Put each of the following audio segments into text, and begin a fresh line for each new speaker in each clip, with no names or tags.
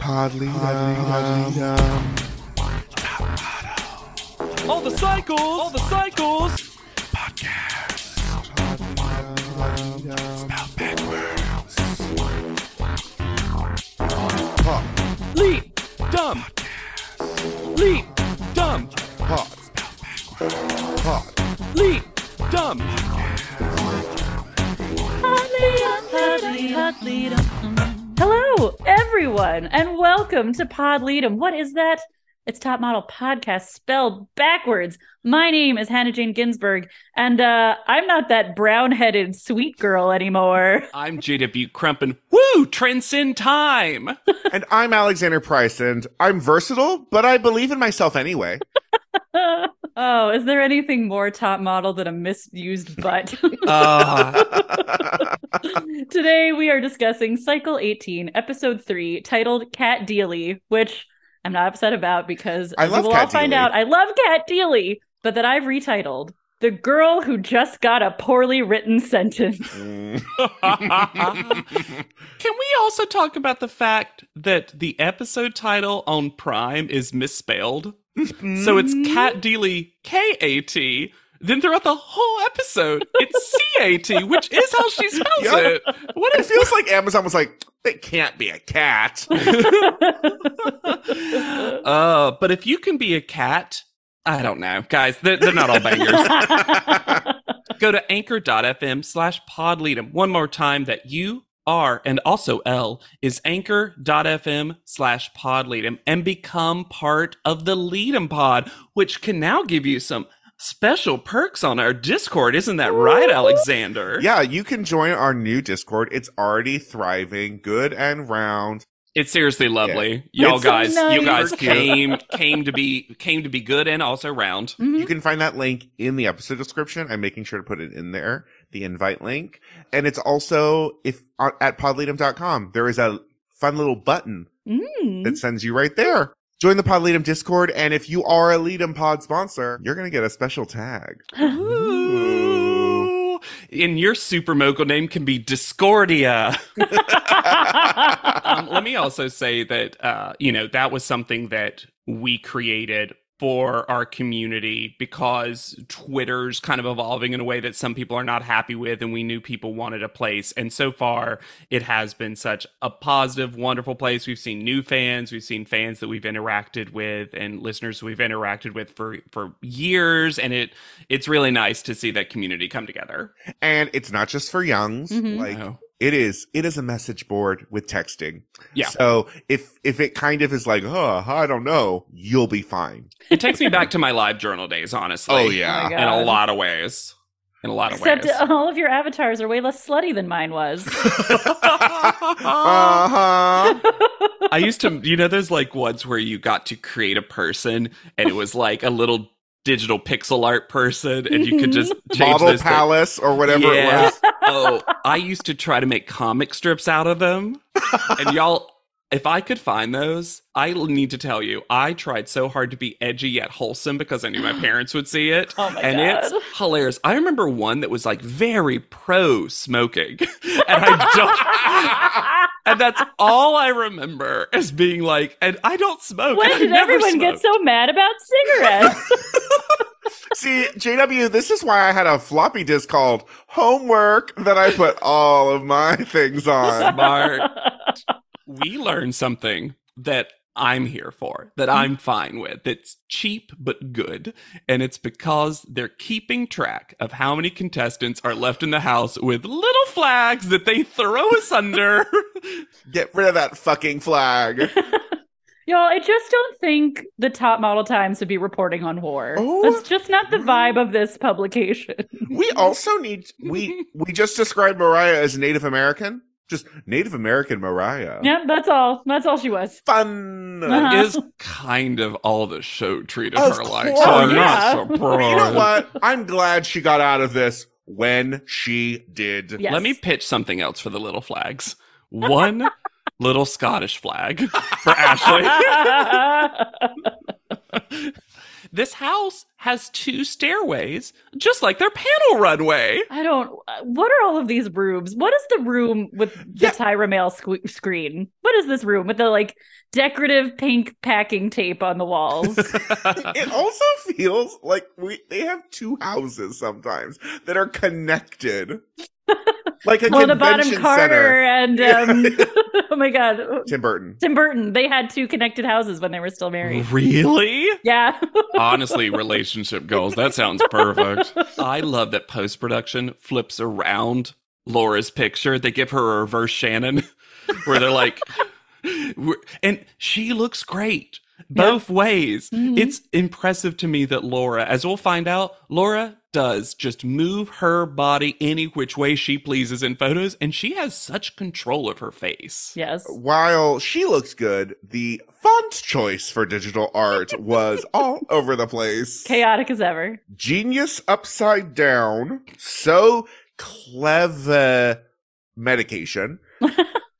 Hardly, hardly, um,
All the cycles, all the cycles.
hardly, um,
Leap, dumb. Leap, dumb.
hot, hot,
Leap, dumb.
Hello, everyone, and welcome to Pod Lead'em. What is that? It's Top Model Podcast spelled backwards. My name is Hannah Jane Ginsburg, and uh, I'm not that brown-headed sweet girl anymore.
I'm JW Crumpin. Woo! Transcend time.
and I'm Alexander Price, and I'm versatile, but I believe in myself anyway.
oh, is there anything more top model than a misused butt?
Uh,
Today we are discussing Cycle 18, Episode 3, titled Cat Dealey, which I'm not upset about because
I
as
love
we'll all
Cat
find
Dealey.
out I love Cat Dealey, but that I've retitled The Girl Who Just Got a Poorly Written Sentence.
Mm.
Can we also talk about the fact that the episode title on Prime is misspelled? So it's Cat Dealey, K A T. Then throughout the whole episode, it's C A T, which is how she spells
Yeah.
it. What
It
is
feels like Amazon was like, it can't be a cat.
uh, but if you can be a cat, I don't know, guys. They're, they're not all bangers. Go to anchor.fm slash podleadem one more time that you are and also L is anchor.fm slash podleadem and become part of the Leadem pod, which can now give you some special perks on our Discord. Isn't that right, Alexander?
Yeah, you can join our new Discord. It's already thriving, good and round.
It's seriously lovely. Y'all
It's
guys, you
nice.
guys
Super cute.
came came to be came to be good and also round.
Mhm.
You can find that link in the episode description. I'm making sure to put it in there, the invite link. And it's also if on- at podleadum.com, there is a fun little button
Mm.
that sends you right there. Join the Podleadum Discord, and if you are a Leadum Pod sponsor, you're gonna get a special tag. Ooh.
And your super mogul name can be Discordia. um, let me also say that uh, you know that was something that we created for our community because twitter's kind of evolving in a way that some people are not happy with and we knew people wanted a place and so far it has been such a positive wonderful place we've seen new fans we've seen fans that we've interacted with and listeners we've interacted with for for years and it it's really nice to see that community come together
And it's not just for youngs.
Mhm.
Like
Oh.
it is, it is a message board with texting.
Yeah.
So if if it kind of is like, oh, I don't know, you'll be fine.
it takes me back to my live journal days honestly
Oh,
yeah.
in a
God.
lot of ways. In a lot of
Except
ways.
all of your avatars are way less slutty than mine was.
uh huh.
I used to, you know, there's like ones where you got to create a person, and it was like a little digital pixel art person, and you could just change
Model
those things.
Palace or whatever
Yeah.
it was.
Oh, I used to try to make comic strips out of them, and y'all. If I could find those, I need to tell you, I tried so hard to be edgy yet wholesome because I knew my parents would see it.
Oh my
and
God.
it's hilarious. I remember one that was like very pro smoking, and I don't. And that's all I remember is being like, and I don't smoke. and I
when did
never
everyone get
smoked.
so mad about cigarettes?
See, JW, this is why I had a floppy disk called Homework that I put all of my things on.
Mark, we learned something that I'm here for, that
Mm-hmm.
I'm fine with, that's cheap but good. And it's because they're keeping track of how many contestants are left in the house with little flags that they throw us under.
Get rid of that fucking flag.
Y'all, I just don't think the top model times would be reporting on war.
Oh.
That's just not the vibe of this publication.
We also need we we just described Mariah as Native American. Just Native American Mariah.
Yep, that's all. That's all she was.
Fun.
Uh-huh.
Is kind of all the show treated
Of
her like.
course.
So I'm
Yeah.
not surprised.
You know what? I'm glad she got out of this when she did.
Yes.
Let me pitch something else for the little flags. One little Scottish flag for Ashley. this house has two stairways, just like their panel runway.
I don't. uh, What are all of these rooms? What is the room with the
Yeah.
Tyra Mail sque- screen? What is this room with the like decorative pink packing tape on the walls?
It also feels like we they have two houses sometimes that are connected. like a
well, Oh, the bottom
convention
Carter
center.
and um, oh my god,
Tim Burton.
Tim Burton. They had two connected houses when they were still married.
really?
Yeah,
Honestly, relationship goals. That sounds perfect.
I love that post production flips around Laura's picture. They give her a reverse Shannon where they're like, "We're-" and she looks great both ways.
Mhm.
It's impressive to me that Laura, as we'll find out, Laura does just move her body any which way she pleases in photos, and she has such control of her face.
yes.
While she looks good, the font choice for digital art was all over the place.
Chaotic as ever.
Genius upside down. So clever medication.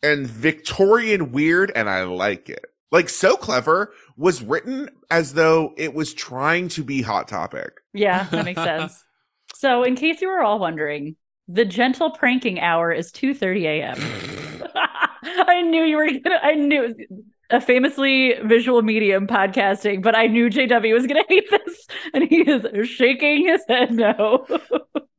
and Victorian weird, and I like it. Like so clever was written as though it was trying to be hot topic.
Yeah, that makes sense. So, in case you were all wondering, the gentle pranking hour is two thirty a.m. I knew you were gonna. I knew a famously visual medium podcasting, but I knew JW was gonna hate this, and he is shaking his head no.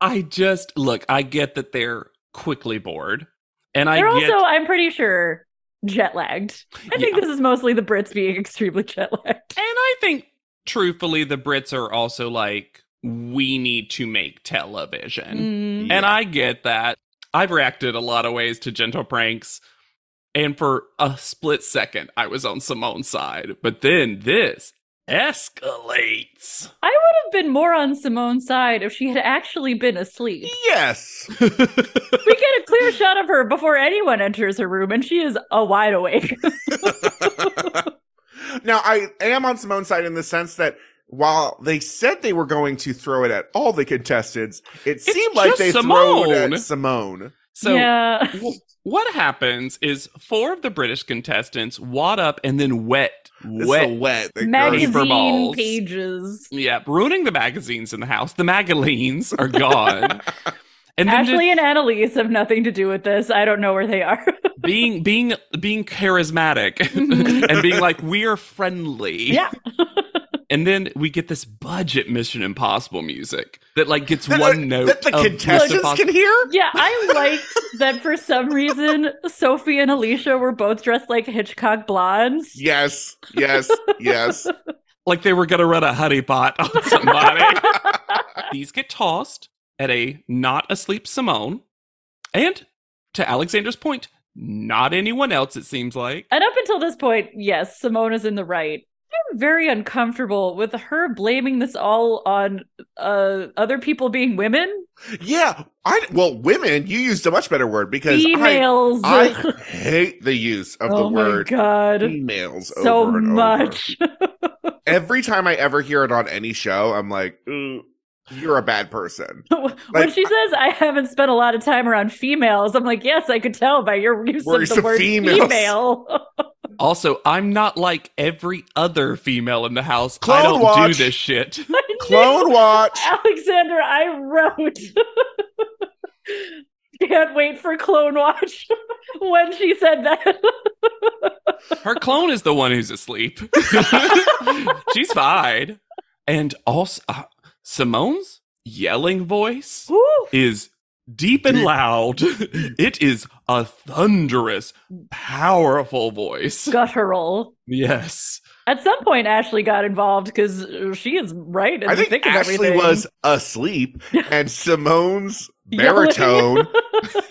I just look, I get that they're quickly bored. And I
They're
get
also, I'm pretty sure, jet lagged. I think
Yeah.
this is mostly the Brits being extremely jet lagged.
And I think, truthfully, the Brits are also like, we need to make television.
Mm,
And I get that. I've reacted a lot of ways to gentle pranks. And for a split second, I was on Simone's side. But then this escalates.
I would have been more on Simone's side if she had actually been asleep.
Yes.
we get a clear shot of her before anyone enters her room, and she is a wide awake.
now I am on Simone's side in the sense that while they said they were going to throw it at all the contestants, it seemed like
just
they threw
Simone.
it at Simone.
So
yeah,
wh- what happens is four of the British contestants wad up and then wet,
It's
wet,
so wet. that
Magazine.
girl-
magazine
balls.
pages.
Yeah, ruining the magazines in the house. The Magdalenes are gone. and then just
Ashley and Annalise have nothing to do with this. I don't know where they are.
being being being charismatic
Mhm.
and being like we are friendly.
Yeah.
and then we get this budget Mission Impossible music that like gets
That- uh,
one note
that the
of Mission
contestants
Impossible.
can hear.
yeah, I liked that for some reason Sophie and Alicia were both dressed like Hitchcock blondes.
Yes, yes, yes.
like they were gonna run a honeypot on somebody. These get tossed at a not asleep Simone, and to Alexander's point, not anyone else. It seems like.
And up until this point, yes, Simone is in the right. I'm very uncomfortable with her blaming this all on uh, other people being women.
Yeah. I well, women. You used a much better word because I,
Females.
I hate the use of
oh
the word
my god.
females
So
over and over.
much.
Every time I ever hear it on any show, I'm like, "Ooh, you're a bad person.
when
Like,
she says I haven't spent a lot of time around females, I'm like, yes, I could tell by your use
Where
of
is
the
the
word
females?
female.
Also, I'm not like every other female in the house. I
Clone
don't
watch.
do this shit.
Clone Watch.
Alexander, I wrote. Can't wait for Clone Watch when she said that.
Her clone is the one who's asleep. She's fine. And also, uh, Simone's yelling voice
Whew.
is deep and loud. It is a thunderous, powerful voice.
Guttural.
Yes.
At some point, Ashley got involved because she is right. In
I
the
think
thick of
Ashley
everything.
was asleep, and Simone's
Yelling.
baritone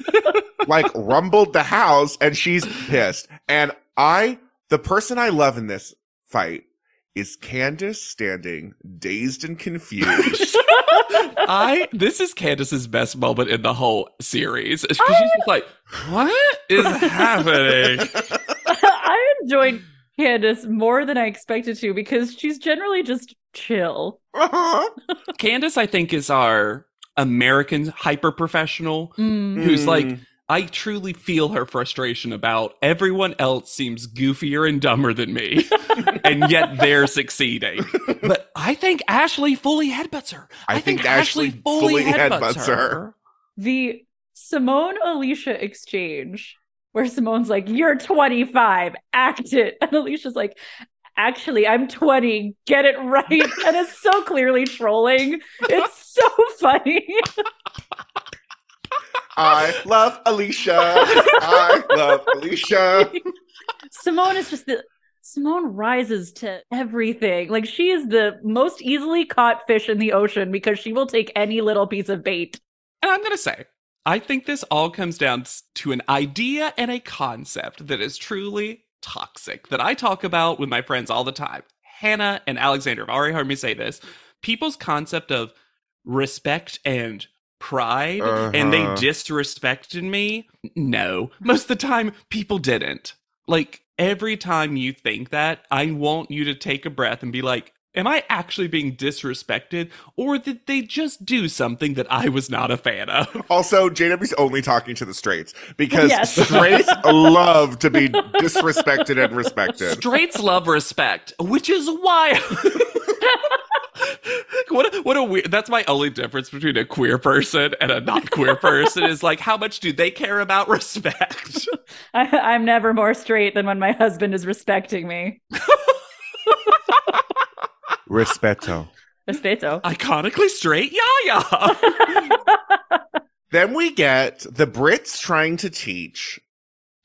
like rumbled the house, and she's pissed. And I, the person I love in this fight is Candace standing dazed and confused.
I this is Candace's best moment in the whole series. 'Cause She's just like, "What is happening?"
I enjoyed Candace more than I expected to because she's generally just chill.
Uh-huh.
Candace, I think, is our American hyper professional who's
Mm.
like, I truly feel her frustration about everyone else seems goofier and dumber than me, and yet they're succeeding. But I think Ashley fully headbutts her.
I think Ashley fully headbutts her.
the Simone Alicia exchange where Simone's like, You're 25, act it. And Alicia's like, Actually, I'm 20, get it right. And it's so clearly trolling. It's so funny.
I love Alicia. I love Alicia.
Simone is just the Simone rises to everything. Like, she is the most easily caught fish in the ocean because she will take any little piece of bait.
And I'm going to say, I think this all comes down s- to an idea and a concept that is truly toxic that I talk about with my friends all the time. Hannah and Alexander have already heard me say this. People's concept of respect and pride, and they
Uh-huh.
disrespected me. No, most of the time, people didn't. Like, every time you think that, I want you to take a breath and be like, Am I actually being disrespected, or did they just do something that I was not a fan of?
Also, JW's only talking to the straights because
Yes.
straights love to be disrespected and respected.
Straights love respect, which is why. what a, what a weird. That's my only difference between a queer person and a not queer person is like how much do they care about respect?
I, I'm never more straight than when my husband is respecting me.
Respeto.
Respeto.
Iconically straight, yeah, yeah.
Then we get the Brits trying to teach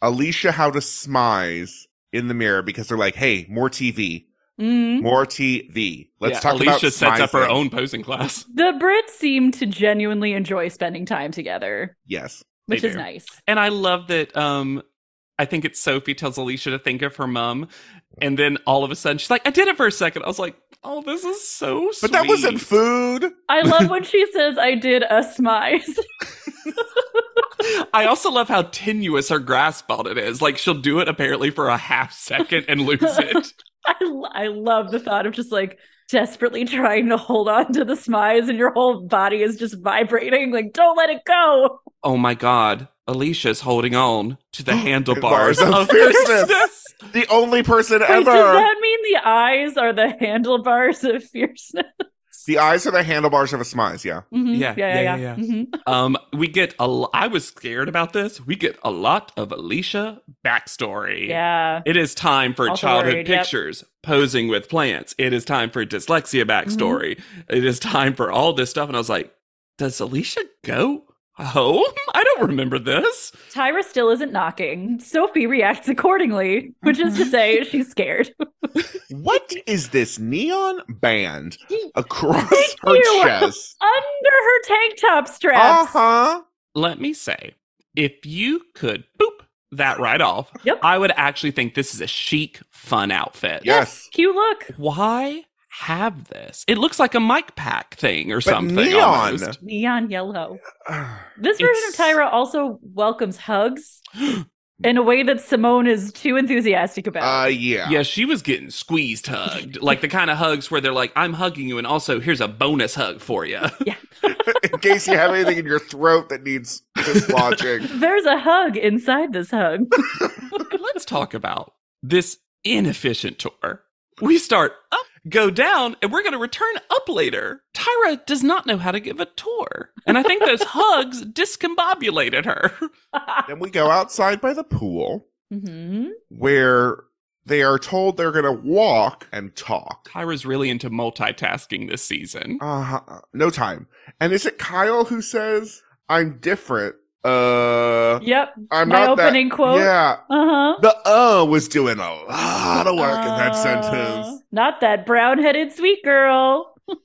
Alicia how to smize in the mirror because they're like, hey, more TV,
Mm.
more TV. Let's
Yeah,
talk
Alicia
about
sets up her
smizing."
own posing class,
The Brits seem to genuinely enjoy spending time together,
Yes.
They
which is
do.
nice.
and I love that. Um, I think it's Sophie tells Alicia to think of her mom, and then all of a sudden she's like, "I did it for a second. I was like, "Oh, this is so sweet."
But that wasn't food.
I love when she says, I did a smize.
I also love how tenuous her grasp on it is. Like she'll do it apparently for a half second and lose it.
I, lo- I love the thought of just like desperately trying to hold on to the smize and your whole body is just vibrating. Like, don't let it go.
oh my god, Alicia's holding on to the handlebars
Bars of
of
fierceness.
fierceness.
The only person
Wait,
ever.
does that mean the eyes are the handlebars of fierceness?
The eyes are the handlebars of a smize, yeah.
Mhm.
Yeah,
yeah,
yeah,
yeah.
yeah,
Mhm.
Um, we get a. L- I was scared about this. We get a lot of Alicia backstory.
yeah.
It is time for
Also
childhood
worried, yep.
pictures, posing with plants. It is time for
Mm-hmm.
dyslexia backstory. It is time for all this stuff. And I was like, does Alicia go home? I don't remember this.
Tyra still isn't knocking. Sophie reacts accordingly, which is to say, she's scared.
What is this neon band across
Thank
her
you.
chest?
Under her tank top
Uh
straps.
huh.
let me say, if you could boop that right off,
Yep.
I would actually think this is a chic, fun outfit.
Yes.
Cute look.
Why have this? It looks like a mic pack thing or something.
neon.
almost.
Neon yellow.
I
This version of
It's-
Tyra also welcomes hugs in a way that Simone is too enthusiastic about.
Uh, yeah.
Yeah, she was getting squeezed hugged, like the kind of hugs where they're like, I'm hugging you, and also here's a bonus hug for you.
In case you have anything in your throat that needs dislodging.
There's a hug inside this hug.
And let's talk about this inefficient tour. We start up, go down, and we're going to return up later. Tyra does not know how to give a tour. And I think those hugs discombobulated her.
then we go outside by the pool
hmm
where they are told they're going to walk and talk.
Tyra's really into multitasking this season.
Uh, no time. And is it Kyle who says, I'm different? Uh,
Yep.
I'm
My
not that-
opening quote.
Yeah.
Uh huh.
The uh was doing a lot of work in that sentence.
Uh, Not that brown headed sweet girl.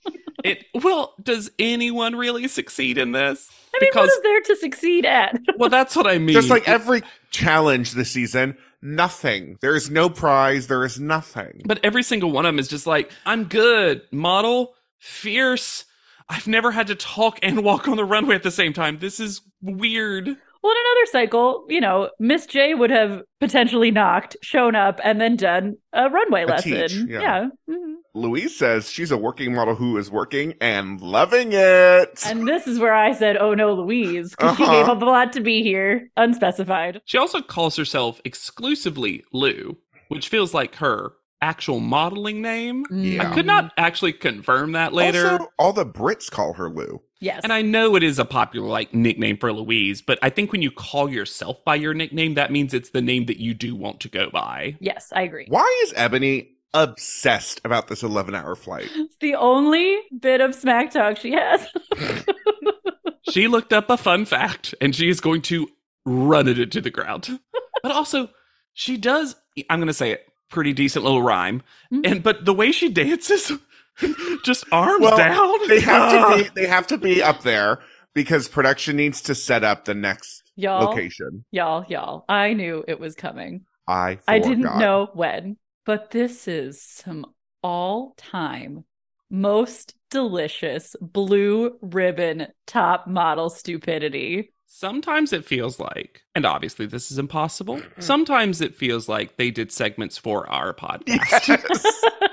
It well, does anyone really succeed in this?
I mean,
Because
what is there to succeed at?
well, that's what I mean.
Just like every challenge this season, nothing. There is no prize. There is nothing.
But every single one of them is just like, I'm good, model, fierce. I've never had to talk and walk on the runway at the same time. This is weird.
Well, in another cycle, you know, Miss J would have potentially knocked, shown up, and then done a runway
A
lesson.
teach, yeah.
Mhm.
Louise says she's a working model who is working and loving it.
And this is where I said, "Oh no, Louise," 'cause she
Uh-huh.
gave up a lot to be here, unspecified.
She also calls herself exclusively Lou, which feels like her actual modeling name.
Yeah.
Mm, I could not actually confirm that later.
Also, all the Brits call her Lou.
Yes.
and I know it is a popular like nickname for Louise, but I think when you call yourself by your nickname, that means it's the name that you do want to go by.
yes, I agree.
Why is Ebony obsessed about this 11 hour flight?
It's the only bit of smack talk she has.
she looked up a fun fact and she is going to run it into the ground. But also, she does I'm going to say it, pretty decent little rhyme.
Mm-hmm.
And but the way she dances just arms
Well,
down.
They have to be they have to be up there because production needs to set up the next
y'all,
location.
y'all, y'all. I knew it was coming.
I
I didn't
forgot.
know when, but this is some all time most delicious blue ribbon top model stupidity.
Sometimes it feels like, and obviously this is impossible. Sometimes it feels like they did segments for our podcast,
Yes.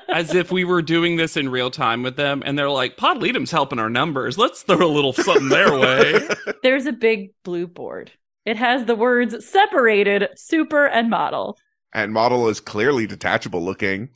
as if we were doing this in real time with them. And they're like, Pod Leadum's helping our numbers. Let's throw a little something their way.
There's a big blue board. It has the words separated, super, and model.
and model is clearly detachable looking.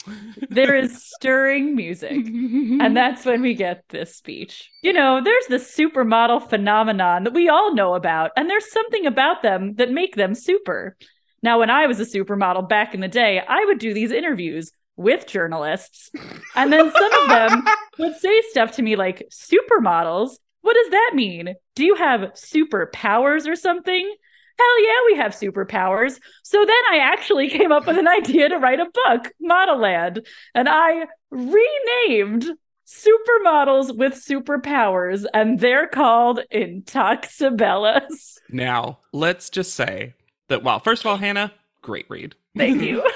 There is stirring music. And that's when we get this speech. You know, there's this supermodel phenomenon that we all know about, and there's something about them that make them super. Now, when I was a supermodel back in the day, I would do these interviews with journalists, and then some of them would say stuff to me like, "Supermodels? What does that mean? Do you have superpowers or something?" Hell yeah, we have superpowers. So then I actually came up with an idea to write a book, Model Land, and I renamed supermodels with superpowers, and they're called Intoxibellas.
now, let's just say that, well, first of all, Hannah, great read.
Thank you.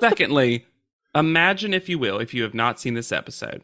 Secondly, imagine, if you will, if you have not seen this episode,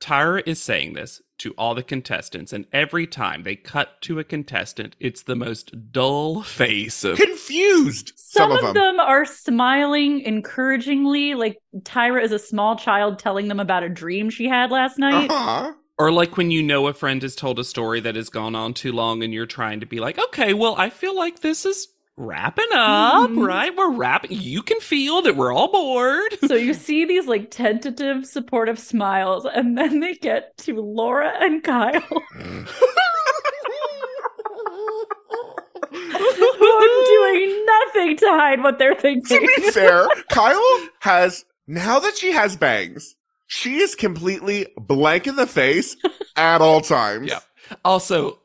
Tyra is saying this to all the contestants, and every time they cut to a contestant, it's the most dull face of.
Confused
Some, of, them. are smiling encouragingly, like Tyra is a small child telling them about a dream she had last night.
Uh-huh.
Or like when you know a friend has told a story that has gone on too long, and you're trying to be like, okay, well, I feel like this is wrapping up,
Mhm.
right? We're wrapping. You can feel that we're all bored.
So you see these like tentative, supportive smiles, and then they get to Laura and Kyle, who are doing nothing to hide what they're
to
thinking.
be fair, Kyle has now that she has bangs, she is completely blank in the face at all times.
Yeah. Also,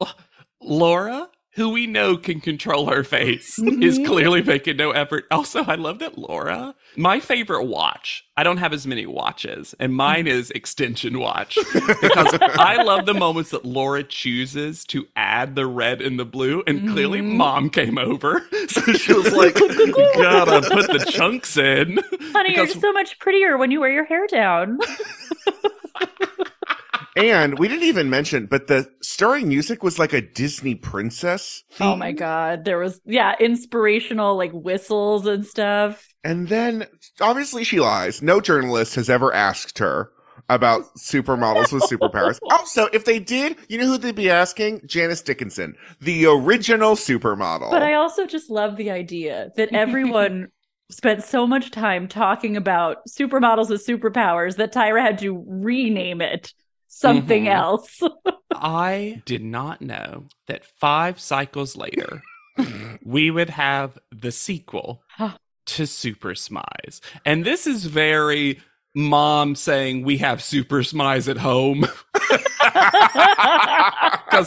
Laura, who we know can control her face, is
Mhm.
clearly making no effort. Also, I love that Laura, my favorite watch, I don't have as many watches, and mine is extension watch because I love the moments that Laura chooses to add the red and the blue. And clearly,
Mhm.
mom came over. So she was like, gotta put the chunks in.
Honey,
Because-
you're so much prettier when you wear your hair down.
And we didn't even mention, but the stirring music was like a Disney princess.
Oh
theme.
my god, there was yeah, inspirational like whistles and stuff.
And then obviously she lies. No journalist has ever asked her about supermodels with superpowers. Also, if they did, you know who they'd be asking? Janice Dickinson, the original supermodel.
But I also just love the idea that everyone spent so much time talking about supermodels with superpowers that Tyra had to rename it something
Mhm.
else.
I did not know that five cycles later, we would have the sequel
Huh.
to Super Smize. And this is very mom saying we have Super Smize at home because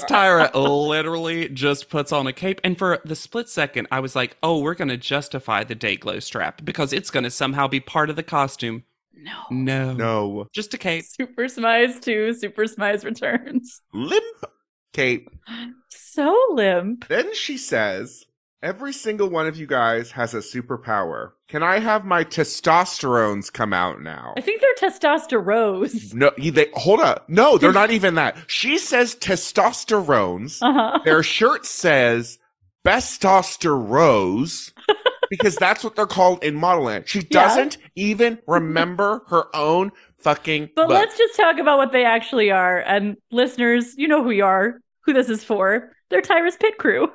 Tyra literally just puts on a cape. And for the split second, I was like, oh, we're going to justify the day glow strap because it's going to somehow be part of the costume.
no.
No.
no
Just a cape.
Super Smize 2, Super Smize Returns.
limp cape.
So limp.
Then she says, Every single one of you guys has a superpower. Can I have my testosterones come out now?
I think they're testosterone.
No, you- they hold up. No, they're not even that. She says testosterones.
Uh-huh.
Their shirt says Bestosterose, because that's what they're called in model land. She
Yeah.
doesn't even remember her own fucking
But
book.
let's just talk about what they actually are. And listeners, you know who you are, who this is for. They're Tyrus Pit Crew.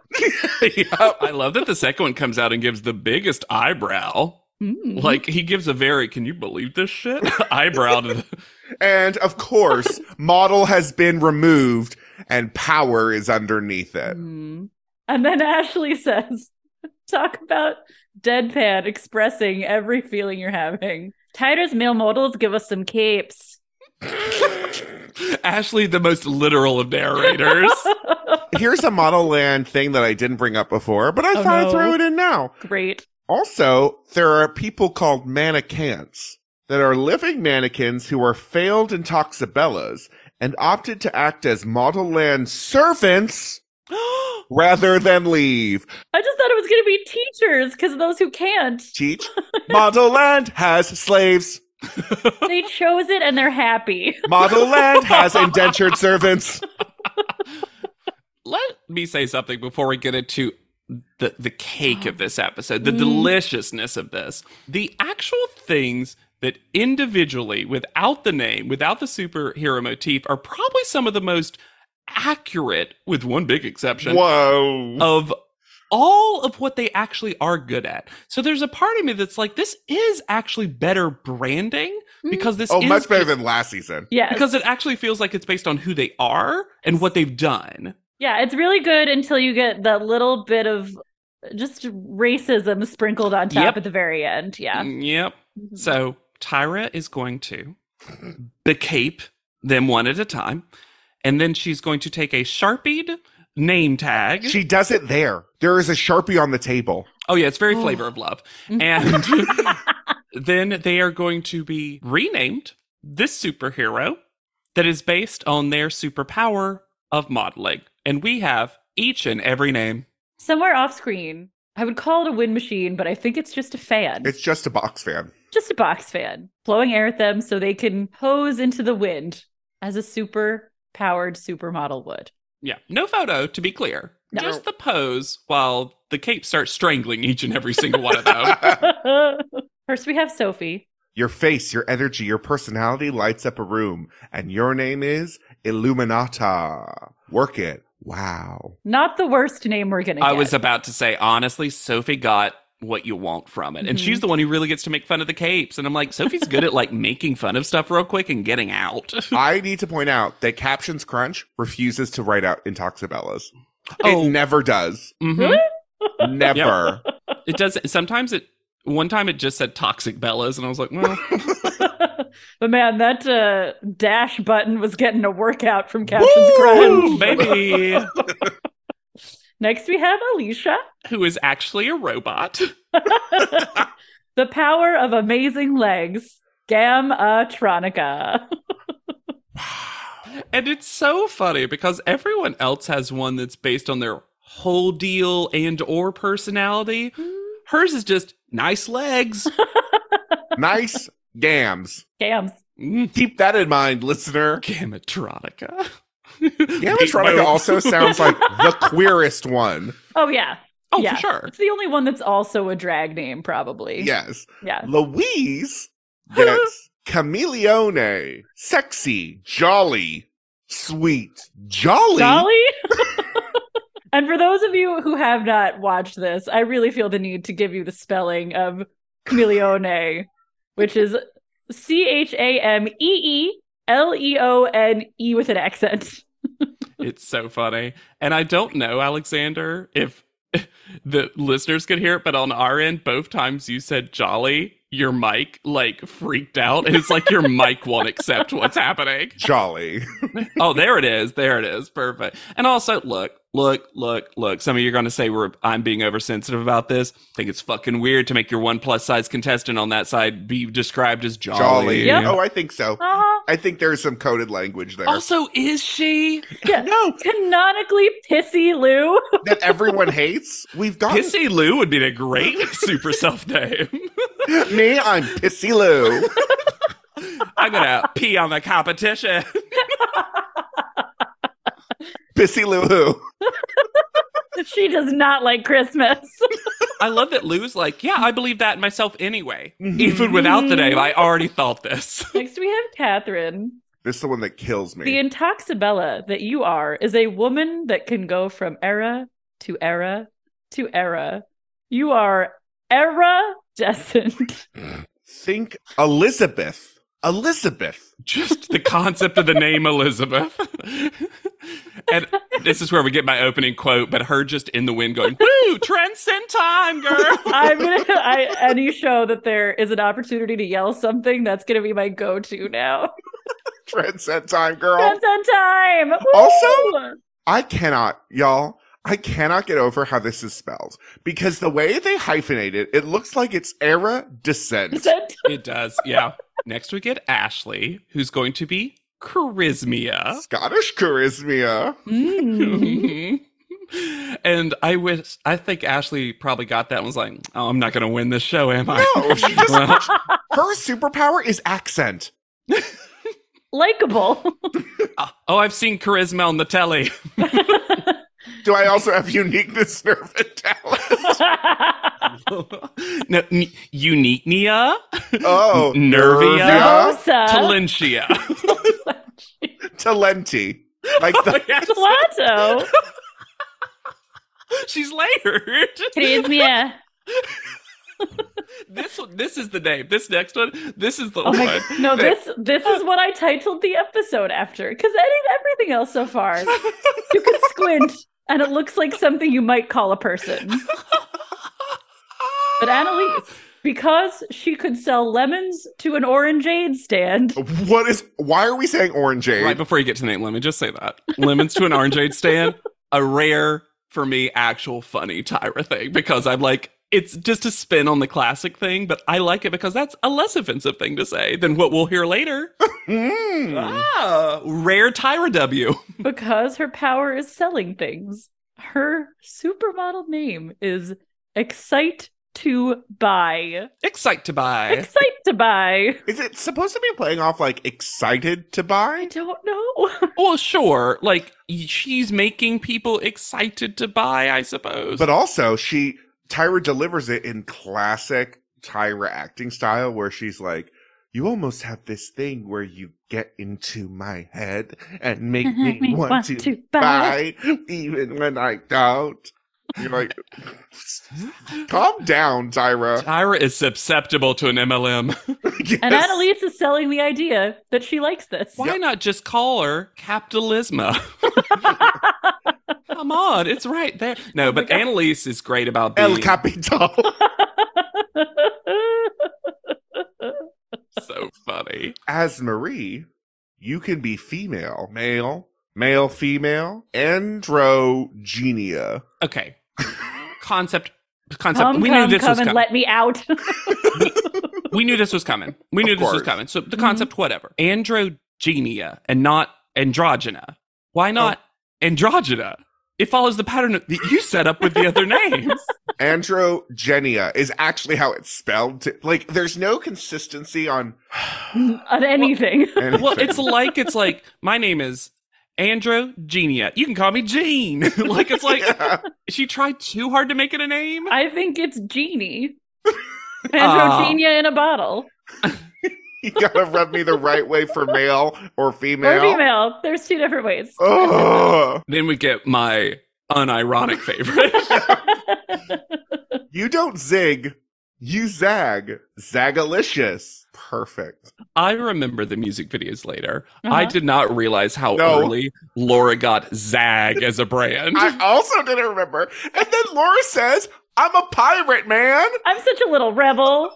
Yep.
I love that the second one comes out and gives the biggest eyebrow.
Mm.
Like he gives a very can you believe this shit eyebrow to the,
And of course, model has been removed and power is underneath it.
Mm. And then Ashley says, talk about deadpan expressing every feeling you're having. Tyrus male models give us some capes.
Ashley, the most literal of narrators.
Here's a model land thing that I didn't bring up before, but I
Oh,
thought
no.
I'd throw it in now.
Great.
Also, there are people called mannequins that are living mannequins who are failed intoxibellas and opted to act as model land servants rather than leave.
I just thought it was going to be teachers because those who can't,
Teach. model land has slaves.
they chose it and they're happy.
Model land has indentured servants.
Let me say something before we get into the, the cake of this episode, the
Mm.
deliciousness of this. The actual things that individually, without the name, without the superhero motif, are probably some of the most accurate, with one big exception,
Whoa.
Oh,
of all of what they actually are good at. So there's a part of me that's like, this is actually better branding because this
Oh,
is
much better than last season.
Yes.
because it actually feels like it's based on who they are and what they've done.
Yeah, it's really good until you get that little bit of just racism sprinkled on top
Yep.
at the very end. Yeah.
Mm, Yep. So Tyra is going to becape them one at a time, and then she's going to take a sharpied name tag.
She does it there. There is a Sharpie on the table.
oh yeah, it's very
Oh.
flavor of love. And then they are going to be renamed this superhero that is based on their superpower of modeling. And we have each and every name.
Somewhere off screen, I would call it a wind machine, but I think it's just a fan.
It's just a box fan.
just a box fan blowing air at them so they can pose into the wind as a super powered supermodel would.
Yeah, no photo to be clear.
No.
Just the pose while the cape starts strangling each and every single one of them.
First, we have Sophie.
Your face, your energy, your personality lights up a room, and your name is Illuminata. Work it. Wow.
Not the worst name we're going to get.
I was about to say, honestly, Sophie got what you want from it. And
Mhm.
she's the one who really gets to make fun of the capes. And I'm like, Sophie's good at like making fun of stuff real quick and getting out.
I need to point out that Captions Crunch refuses to write out Intoxibellas.
Oh.
It never does.
Mhm.
Really?
Never.
It does sometimes it one time it just said toxic bellas and I was like, well,
but man, that uh, dash button was getting a workout from Captain's
Woo!
Crunch.
baby,
Next, we have Alicia.
who is actually a robot.
the power of amazing legs. Gamatronica.
And it's so funny because everyone else has one that's based on their whole deal and or personality. Hers is just nice legs.
nice gams.
Gams.
Mm.
Keep that in mind, listener.
Gamatronica.
Gamatronica also sounds like the queerest one.
Oh, yeah.
Oh,
yeah.
for sure.
It's the only one that's also a drag name, probably.
Yes.
Yeah.
Louise gets chameleone, sexy, jolly, sweet, jolly.
Dolly? and for those of you who have not watched this, I really feel the need to give you the spelling of chameleone, which is C H A M E E L E O N E with an accent.
It's so funny. And I don't know, Alexander, if the listeners could hear it, but on our end, both times you said jolly, your mic like freaked out. And it's like your mic won't accept what's happening.
Jolly.
Oh, there it is. There it is. Perfect. And also, look, look, look, look. Some of you are going to say we're, I'm being oversensitive about this. I think it's fucking weird to make your one plus size contestant on that side be described as jolly.
Jolly.
Yep.
Oh, I think so.
Uh-huh.
I think there's some coded language there.
Also, is she?
no,
Canonically pissy Lou.
that everyone hates. We've got
Pissy Lou would be a great super self name.
me. I'm Pissy Lou.
I'm going to pee on the competition.
Pissy Lou. Who.
she does not like Christmas.
I love that Lou's like, yeah, I believe that in myself anyway. Even without the name, I already thought this.
Next, we have Catherine.
This is the one that kills me.
The intoxibella that you are is a woman that can go from era to era to era. You are iridescent.
Think Elizabeth. Elizabeth.
Just the concept of the name Elizabeth. and this is where we get my opening quote, but her just in the wind going, woo, transcend time, girl.
I'm gonna. I, any show that there is an opportunity to yell something, that's gonna be my go-to now.
Transcend time, girl.
That's on time. Woo!
Also- I cannot, y'all. I cannot get over how this is spelled because the way they hyphenate it, it looks like it's era descent.
That's-
It does, yeah. Next we get Ashley, who's going to be Charismia.
Scottish charisma.
Mm.
Mm-hmm. and I wish I think Ashley probably got that and was like, "Oh, I'm not going to win this show, am I?"
No, she just-
Well,
Her superpower is accent.
Likeable.
oh, I've seen charisma on the telly.
Do I also have uniqueness, nerve, and talent?
no, n- Uniquenia,
Uh-huh.
Oh,
Nervia,
Nervia,
Rosa.
Talentia.
Talenti. Like the,
Yes,
Gelato.
she's layered.
Charisma.
This this is the name. This next one. This is the
Oh
one.
my no, this this is what I titled the episode after. Because any everything else so far, you can squint and it looks like something you might call a person. But Annalise, because she could sell lemons to an orangeade stand,
what is? Why are we saying orangeade?
Right before you get to the name, let me just say that. Lemons to an orangeade stand, a rare for me actual funny Tyra thing because I'm like, it's just a spin on the classic thing, but I like it because that's a less offensive thing to say than what we'll hear later.
Hmm.
Mm.
ah, rare Tyra W.
because her power is selling things, her supermodel name is Excite to Buy.
Excite to buy.
Excite to Buy.
Is it supposed to be playing off like excited to
I
buy?
don't know.
well, sure. Like, y- she's making people excited to buy, I suppose.
But also, she Tyra delivers it in classic Tyra acting style, where she's like, "You almost have this thing where you get into my head and make me want, to, buy, even when I don't." You're like, calm down, Tyra.
Tyra is susceptible to an MLM.
Yes.
And Annalise is selling the idea that she likes this.
Why not just call her Capitalisma? Come on, it's right there. No, but Annalise is great about being
Oh El Capital.
so funny.
As Marie, you can be female, male, male, female, androgenia.
Okay, concept, concept.
come,
we knew
come,
this
come
was
and
coming.
let me out.
we knew this was coming. We knew
Of
this was
course.
coming. So the
Mhm.
concept, whatever, androgenia and not androgyna. Why not
Oh.
androgyna? It follows the pattern that you set up with the other names.
Androgenia is actually how it's spelled. to- Like, there's no consistency on
on anything.
anything.
Well, it's like it's like my name is Androgenia. You can call me Jean. like it's like
Yeah.
she tried too hard to make it a name.
I think it's Genie.
Ah.
Androgenia in a bottle.
you gotta rub me the right way for male or female.
Or female. There's two different ways.
Oh,
Ugh.
Then we get my unironic favorite.
you don't zig, you zag. Zagalicious. Perfect.
I remember the music videos later. I
Uh-huh.
did not realize how
No.
early Laura got Zag as a brand.
I also didn't remember. And then Laura says, I'm a pirate, man.
I'm such a little rebel.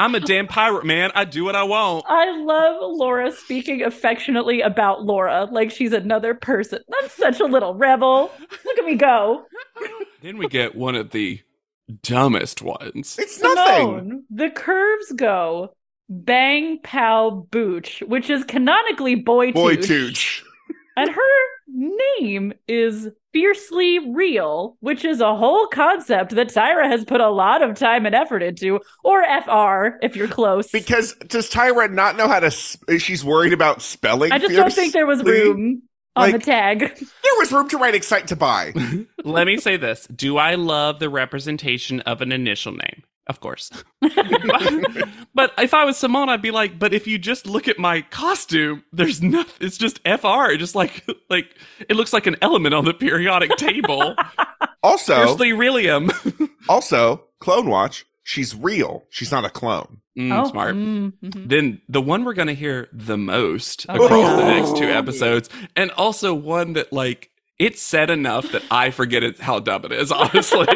I'm a damn pirate, man. I do what I want.
I love Laura speaking affectionately about Laura like she's another person. I'm such a little rebel. Look at me go.
Then we get one of the dumbest ones.
It's nothing.
Simone, the curves go bang pow booch, which is canonically boy,
Boy
tooch.
Tooch.
And her name is Fiercely Real, which is a whole concept that Tyra has put a lot of time and effort into, or FR if you're close.
Because does Tyra not know how to? Sp- she's worried about spelling.
I just don't
fiercely?
think there was room on
Like-
the tag.
There was room to write excite to buy.
Let me say this. Do I love the representation of an initial name? Of course. but if I was Simone, I'd be like, but if you just look at my costume, there's nothing. It's just FR. Just like, like it looks like an element on the periodic table.
Also,
Firstly, Rillium.
also, Clone Watch, she's real. She's not a clone.
Mm,
oh,
Smart.
mm, mhm.
Then the one we're going to hear the most
Oh,
across the
God.
next two episodes, and also one that, like, it's said enough that I forget it, how dumb it is, honestly.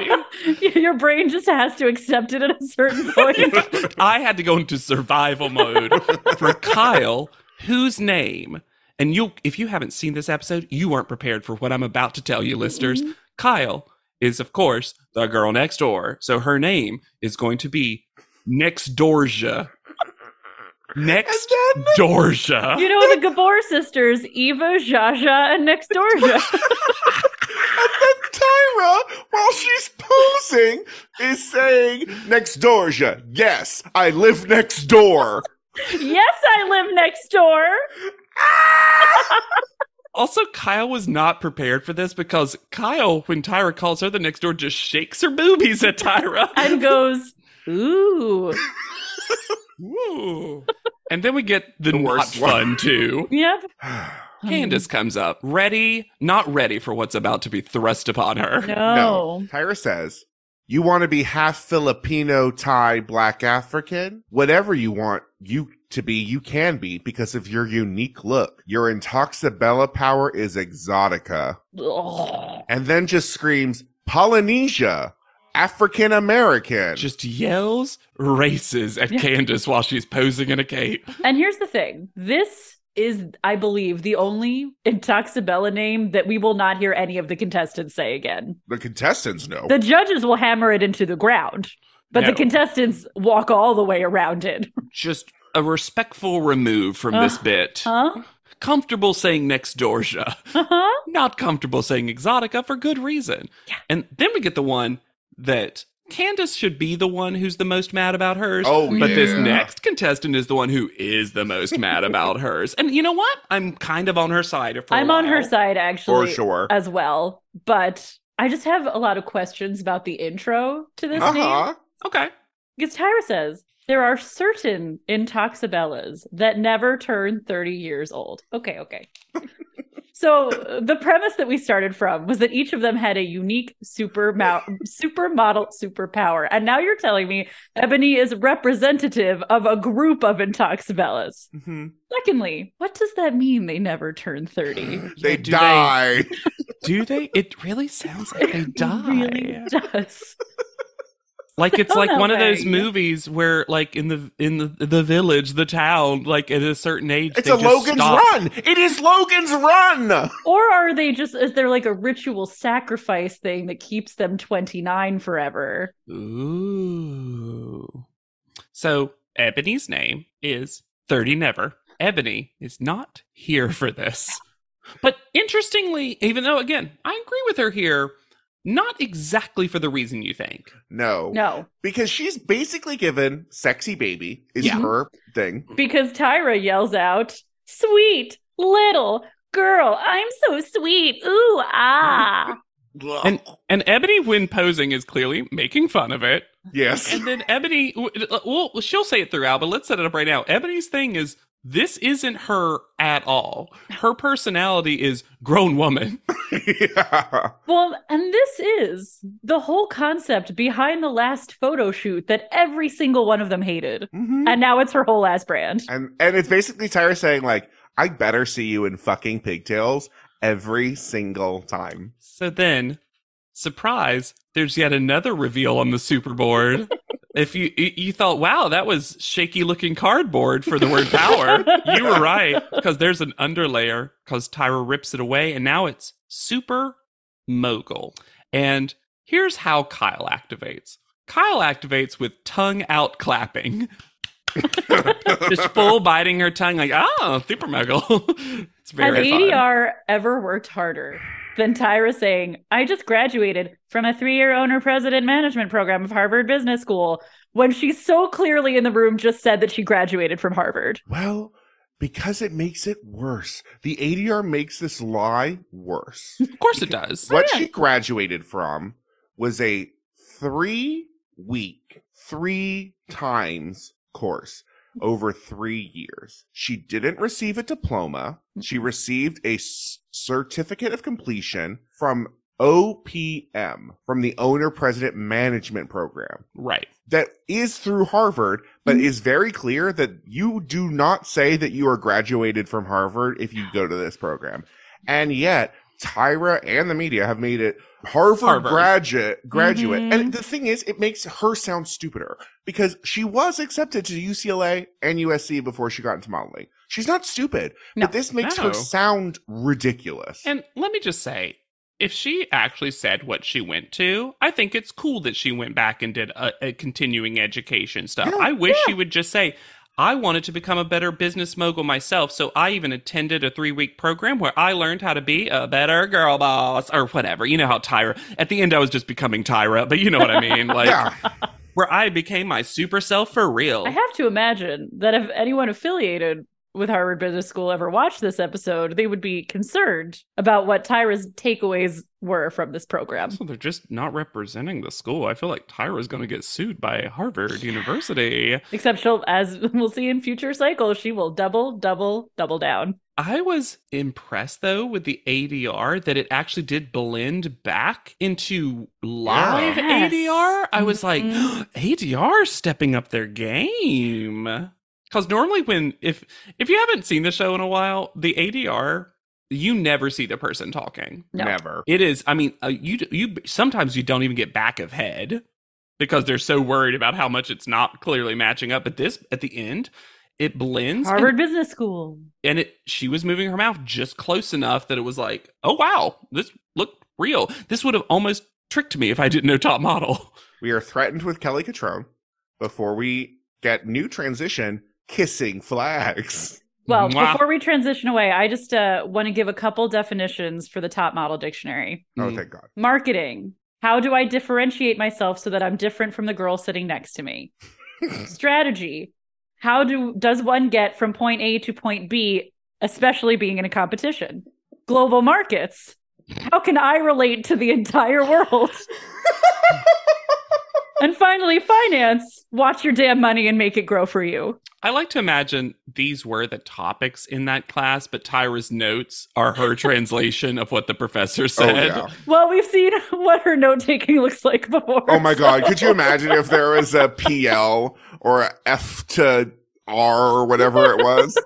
Your brain just has to accept it at a certain point.
I had to go into survival mode for Kyle, whose name, and you if you haven't seen this episode, you aren't prepared for what I'm about to tell you, listeners. Kyle is, of course, the girl next door. So her name is going to be Next Dorja. Next
And then
Dorja.
You know the Gabor sisters, Eva, Jaja, and next door. Jaja.
Tyra, while she's posing, is saying, Next door, ja. Yes, I live next door.
yes, I live next door.
Also, Kyle was not prepared for this because Kyle, when Tyra calls her the next door, just shakes her boobies at Tyra.
And goes, ooh.
Ooh. and then we get the,
The
worst
worst
not
one.
fun too.
Yep.
Candace comes up, ready, not ready for what's about to be thrust upon her.
No.
Tyra says, You want to be half Filipino, Thai, black African? Whatever you want, you to be, you can be because of your unique look. Your Intoxabella power is exotica.
Ugh.
And then just screams, Polynesia, African American.
Just yells, races at
Yeah.
Candace while she's posing in a cape.
And here's the thing this is, I believe, the only Intoxabella name that we will not hear any of the contestants say again.
The contestants know.
The judges will hammer it into the ground, but the
No.
contestants walk all the way around it.
Just a respectful remove from this
Uh,
bit.
Huh?
comfortable saying next Dorja.
Uh-huh.
Not comfortable saying exotica for good reason. And then we get the one that Candace should be the one who's the most mad about hers.
oh,
But
yeah.
this next contestant is the one who is the most mad about hers. And you know what? I'm kind of on her side. For a
I'm on her
while.
side,
For
actually.
sure.
as well. But I just have a lot of questions about the intro to this name.
Uh-huh.
Okay.
Because Tyra says there are certain intoxabellas that never turn 30 years old. Okay, okay. so uh, the premise that we started from was that each of them had a unique super mo- supermodel superpower. And now you're telling me Ebony is representative of a group of intoxabellas.
Mm-hmm.
Secondly, what does that mean they never turn 30?
They
Yeah, do
die.
Do they? It really sounds like they die.
really does.
Like it's
Oh,
like
no
one of those
way.
movies where, like in the in the, the village, the town, like at a certain age,
It's
they
a
just
Logan's
stop.
run. It is Logan's run.
Or are they just, is there like a ritual sacrifice thing that keeps them 29 forever?
Ooh. So Ebony's name is Thirty Never. Ebony is not here for this. But interestingly, even though again, I agree with her here, not exactly for the reason you think.
No.
No,
Because she's basically given sexy baby is
Yeah.
her thing.
because Tyra yells out, sweet little girl, I'm so sweet. Ooh, ah.
And Ebony, when posing, is clearly making fun of it.
yes.
And then Ebony, uh, well, she'll say it throughout, but let's set it up right now. Ebony's thing is this isn't her at all. Her personality is grown woman.
yeah.
Well, and this is the whole concept behind the last photo shoot that every single one of them hated.
Mhm.
And now it's her whole ass brand.
And and it's basically Tyra saying like, I better see you in fucking pigtails every single time.
So then, surprise, there's yet another reveal on the superboard. If you you you thought, wow, that was shaky looking cardboard for the word power, you were right because there's an underlayer because Tyra rips it away, and now it's super mogul. And here's how Kyle activates. Kyle activates with tongue out clapping, just full biting her tongue, like ah, super mogul. it's
Has
very fun.
ADR ever worked harder than Tyra saying, I just graduated from a three year owner president management program of Harvard Business School when she so clearly in the room just said that she graduated from Harvard?
well, Because it makes it worse. The ADR makes this lie worse.
Of course it does.
what
yeah.
she graduated from was a three week, three times course over three years. She didn't receive a diploma. She received a s- certificate of completion from OPM, from the Owner President Management Program
Right.
that is through Harvard, but
Mm-hmm.
is very clear that you do not say that you are graduated from Harvard if you go to this program. And yet, Tyra and the media have made it Harvard,
Harvard. Mm-hmm.
graduate graduate.
Mhm.
And the thing is, it makes her sound stupider because she was accepted to UCLA and USC before she got into modeling. She's not stupid,
No.
but this makes
No.
her sound ridiculous.
And let me just say, if she actually said what she went to, I think it's cool that she went back and did a, a continuing education stuff.
Yeah,
I wish she would just say, I wanted to become a better business mogul myself, so I even attended a three week program where I learned how to be a better girl boss or whatever. You know how Tyra, at the end, I was just becoming Tyra, but you know what I mean? Like,
yeah,
where I became my super self for real.
I have to imagine that if anyone affiliated with Harvard Business School ever watched this episode, they would be concerned about what Tyra's takeaways were from this program.
So they're just not representing the school. I feel like Tyra's going to get sued by Harvard University.
Except she'll, as we'll see in future cycles, she will double, double, double down.
I was impressed though with the ADR that it actually did blend back into live
Yes.
ADR. I was like,
Mhm.
ADR stepping up their game. Cause normally when if if you haven't seen the show in a while, the ADR you never see the person talking.
No.
never.
It is. I mean, uh, you you sometimes you don't even get back of head because they're so worried about how much it's not clearly matching up. But this at the end, it blends. and-
Harvard Business School.
and it she was moving her mouth just close enough that it was like, oh wow, this looked real. This would have almost tricked me if I didn't know top model.
We are threatened with Kelly Catrone before we get new transition kissing flags.
Well,
Mwah.
before we transition away, I just uh, want to give a couple definitions for the top model dictionary.
Oh,
Mm.
thank God.
Marketing. How do I differentiate myself so that I'm different from the girl sitting next to me? Strategy. How do does one get from point A to point B, especially being in a competition? Global markets. How can I relate to the entire world? and finally, finance. Watch your damn money and make it grow for you.
I like to imagine these were the topics in that class, but Tyra's notes are her translation of what the professor
Oh,
said.
yeah.
Well, we've seen what her note taking looks like before.
Oh my God. Could you
so-
imagine if there was a PL or a F to R or whatever it was?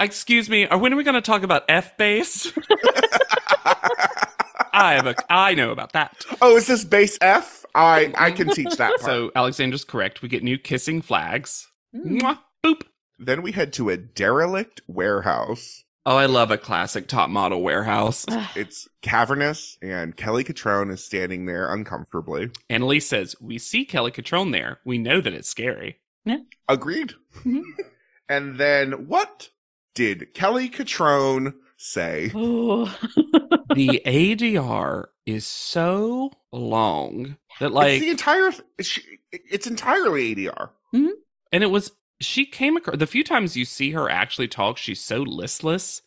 Excuse me, are when are we going to talk about F base? I have a I know about that.
oh, is this base F? I I can teach that part.
So Alexandra's correct. We get new kissing flags.
Mm.
Mwah, boop.
then we head to a derelict warehouse.
Oh, I love a classic top model warehouse.
It's cavernous, and Kelly Catrone is standing there uncomfortably.
Annalise says, We see Kelly Catrone there. We know that it's scary.
Agreed.
Mhm.
and then what did Kelly Catrone say?
Ooh.
the ADR is so long that, like,
it's the entire. she- It's entirely ADR.
and it was, she came across the few times you see her actually talk, she's so listless,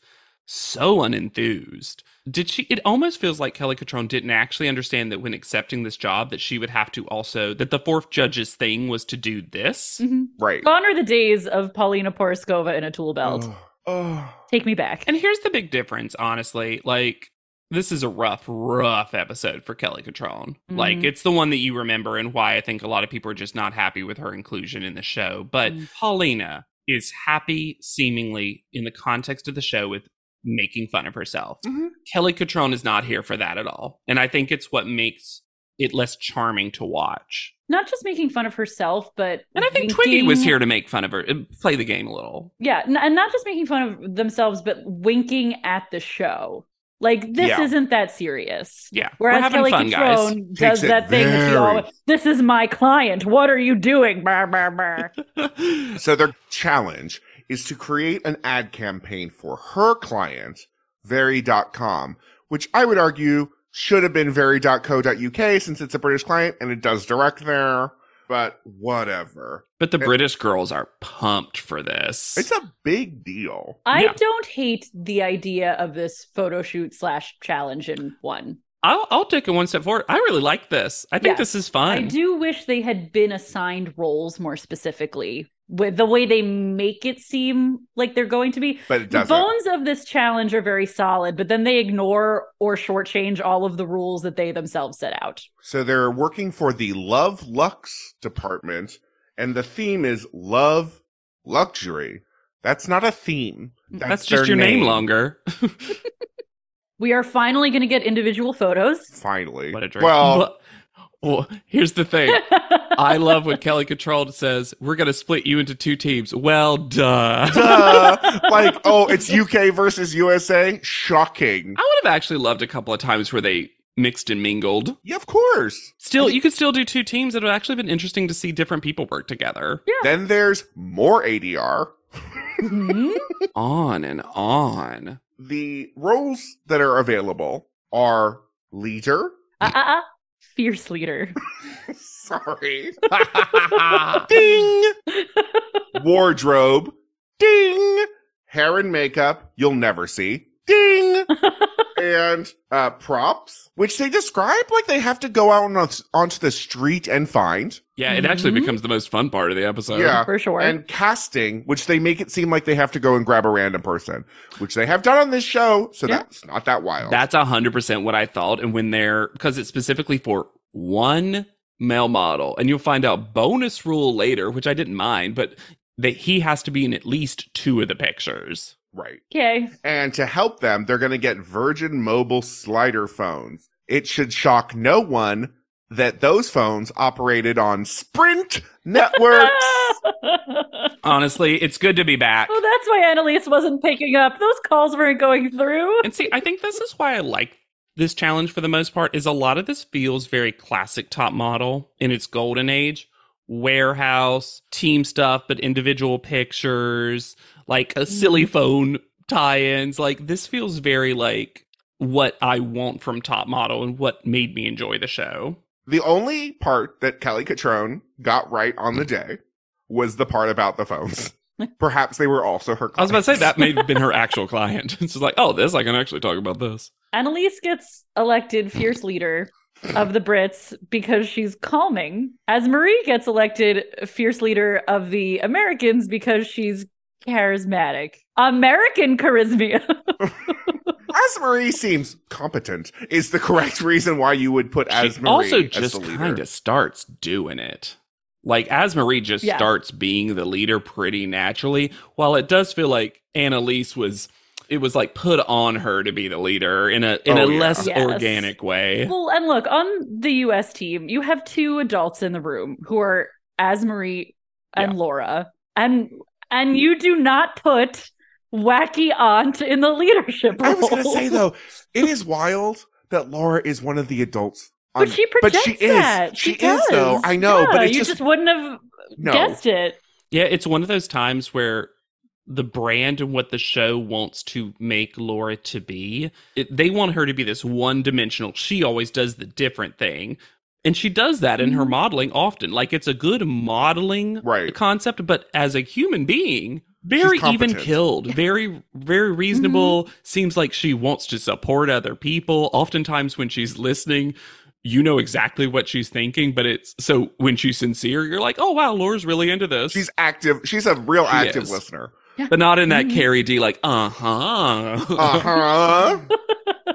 so unenthused. Did she? It almost feels like Kelly Catrone didn't actually understand that when accepting this job, that she would have to also, that the fourth judge's thing was to do this.
Mhm.
Right.
Gone are the days of Paulina Poroskova in a tool belt.
Oh.
Take me back.
And here's the big difference, honestly. Like, this is a rough, rough episode for Kelly Catron. Like,
Mhm.
it's the one that you remember, and why I think a lot of people are just not happy with her inclusion in the show. But
Mm.
Paulina is happy, seemingly, in the context of the show with making fun of herself.
Mm-hmm.
Mhm.
Kelly Catron is not here for that at all. And I think it's what makes it less charming to watch.
Not just making fun of herself, but
And I think Twiggy was
winking-
here to make fun of her, uh, play the game a little.
Yeah, n- and not just making fun of themselves, but winking at the show. Like this
Yeah.
isn't that serious.
Yeah.
Whereas Kelly Catrone does
Takes it
that thing that she
very-
always, this is my client. What are you doing? Brr, brr, brr.
guys.
So their challenge is to create an ad campaign for her client, very.com, which I would argue should have been very.co.uk since it's a British client and it does direct there. but whatever.
But the British girls are pumped for this.
Eh, It's a big deal.
I
Yeah.
don't hate the idea of this photo shoot slash challenge in one.
I'll, I'll take it one step forward. I really like this. I think
Yeah.
this is
I
fun.
do wish they had been assigned roles more specifically with the way they make it seem like they're going to be.
But it
The
doesn't.
bones of this challenge are very solid, but then they ignore or shortchange all of the rules that they themselves set out.
So they're working for the Love Lux department, and the theme is love luxury. That's not a theme. That's,
Mm, That's just
their
your name, longer.
We are finally going to get individual photos.
Finally.
what a drink.
Well,
Well, well, here's the thing. I love what Kelly Controlled says. We're going to split you into two teams. Well, duh.
duh. like, oh, it's UK versus USA? Shocking.
I would have actually loved a couple of times where they mixed and mingled.
Yeah, of course.
Still, you could still do two teams. It would have actually been interesting to see different people work together.
Then there's more ADR. Mm-hmm.
Mhm.
on and on.
The roles that are available are leader.
Uh, uh, uh. Fierce leader.
Sorry. Ding. Wardrobe. Ding. Hair and makeup. You'll never see. Ding. and uh, props, which they describe like they have to go out on, onto the street and find.
Yeah, it actually
Mhm.
becomes the most fun part of the episode.
Yeah.
for sure.
Uh, And casting, which they make it seem like they have to go and grab a random person, which they have done on this show. So
Yeah.
that's not that wild.
That's a 100% what I thought. And when they're, because it's specifically for one male model, and you'll find out bonus rule later, which I didn't mind, but that he has to be in at least two of the pictures.
right.
okay.
And to help them, they're going to get Virgin Mobile slider phones. It should shock no one that those phones operated on Sprint networks.
oh,
Honestly, it's good to be back.
that's why Annalise wasn't picking up. Those calls weren't going through.
and see, I think this is why I like this challenge for the most part is a lot of this feels very classic top model in its golden age, warehouse, team stuff, but individual pictures, like a silly phone tie-ins. Like this feels very like what I want from top model and what made me enjoy the show.
the only part that Kelly Catrone got right on the day was the part about the phones. Perhaps they were also her.
I was about to say that
clients.
may have been her actual client. It's just like, oh, this I can actually talk about this.
Annalise gets elected fierce leader of the Brits because she's calming, as Marie gets elected fierce leader of the Americans because she's charismatic. American charisma.
As Marie seems competent is the correct reason why you would put
She
As Marie
also
as
just
the leader.
kind of starts doing it. Like as Marie just
Yeah.
starts being the leader pretty naturally, while it does feel like Annalise was it was like put on her to be the leader in a in
Oh,
a
yeah.
less
Yes.
organic way.
well, and look, on the US team, you have two adults in the room who are as Marie and Laura. And and you do not put wacky aunt in the leadership role.
I was going to say though, it is wild that Laura is one of the adults. on-
But she projects
is.
that.
um, She
She,
is,
does.
though. I know,
Yeah,
but it's
you
just-
just, wouldn't have
no,
guessed it.
Yeah, it's one of those times where the brand and what the show wants to make Laura to be, it, they want her to be this one dimensional. She always does the different thing. And she does that in her
Mhm.
modeling often. Like it's a good modeling
right?
concept, but as a human being, very even
competent.
killed, very, very reasonable. Seems like she wants to support other people. Oftentimes, when she's listening, you know exactly what she's thinking, but it's so when she's sincere, you're like, oh, wow, Laura's really into this.
She's active. She's a real
She
active
is.
listener.
but not in that
Mhm.
Carrie D, like, uh huh.
Uh huh.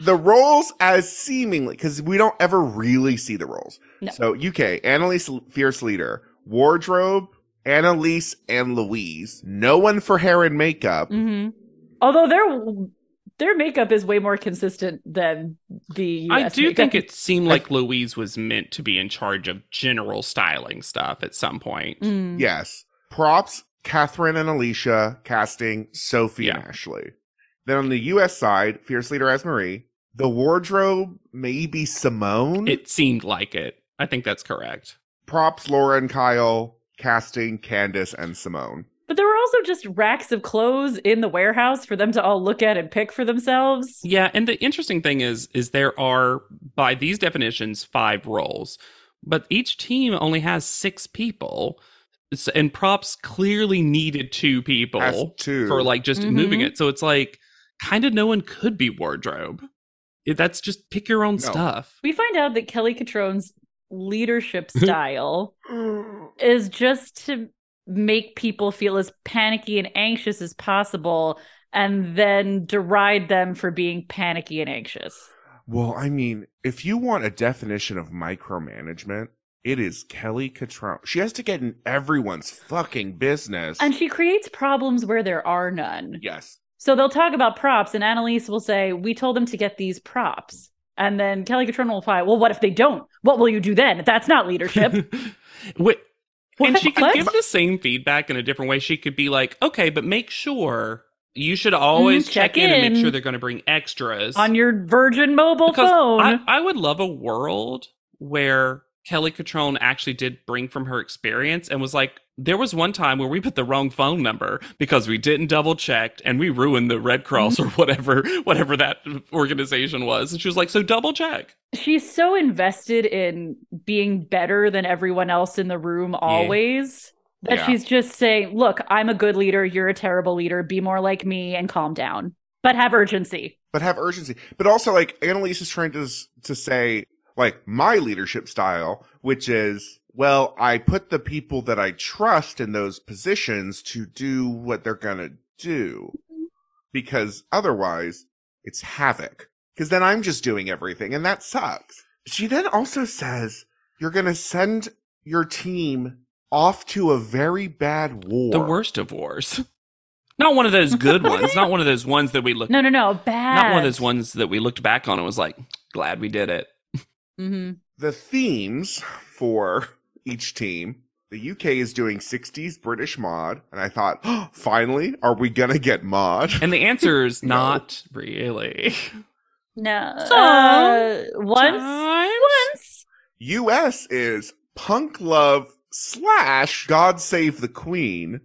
the roles as seemingly because we don't ever really see the roles.
No.
So UK Annalise Fierce Leader Wardrobe Annalise and Louise. No one for hair and makeup.
hmm Although their their makeup is way more consistent than the.
I
US
do
makeup.
think it seemed like Louise was meant to be in charge of general styling stuff at some point.
Mm.
Yes. Props, Catherine and Alicia, casting Sophie and
Yeah.
Ashley. Then on the US side, Fierce Leader as Marie. The wardrobe, maybe Simone.
It seemed like it. I think that's correct.
Props, Laura and Kyle, casting Candace and Simone.
But there were also just racks of clothes in the warehouse for them to all look at and pick for themselves.
Yeah, and the interesting thing is is there are by these definitions five roles, but each team only has six people, S- and props clearly needed two people
Has two.
for like just moving
Mhm.
it. So it's like kind of no one could be wardrobe. It- That's just pick your own
No.
stuff.
We find out that Kelly Catrone's leadership style
Mm.
is just to make people feel as panicky and anxious as possible and then deride them for being panicky and anxious.
Well, I mean, if you want a definition of micromanagement, it is Kelly Catrone. She has to get in everyone's fucking business.
And she creates problems where there are none.
yes.
So they'll talk about props, and Annalise will say, We told them to get these props. And then Kelly Catrone will reply, Well, what if they don't? What will you do then? That's not leadership.
Wait, and she could
What?
give the same feedback in a different way. She could be like, okay, but make sure you should always
Mm,
check,
check
in, and make
in.
sure they're going to bring extras
On your Virgin mobile
Because
phone.
I, I would love a world where Kelly Catrone actually did bring from her experience and was like, there was one time where we put the wrong phone number because we didn't double check and we ruined the Red Cross
Mm-hmm.
or whatever whatever that organization was. And she was like, so double check.
She's so invested in being better than everyone else in the room always that
Yeah.
she's just saying, Look, I'm a good leader. You're a terrible leader. Be more like me and calm down, but have urgency.
But have urgency. But also, like, Annalise is trying to, s- to say, like, my leadership style, which is, well, I put the people that I trust in those positions to do what they're gonna do. Because otherwise, it's havoc. Because then I'm just doing everything, and that sucks. She then also says, you're gonna send your team off to a very bad war.
The worst of wars. Not one of those good ones. Not one of those ones that we looked
No, no, no. Bad.
not one of those ones that we looked back on and was like, glad we did it.
hmm
the themes for each team. The UK is doing 60s British mod, and I thought, "Oh, finally, are we gonna get mod?
And the answer is
No.
not really.
No.
So,
uh, once.
Times?
Once.
US is punk love slash God save the Queen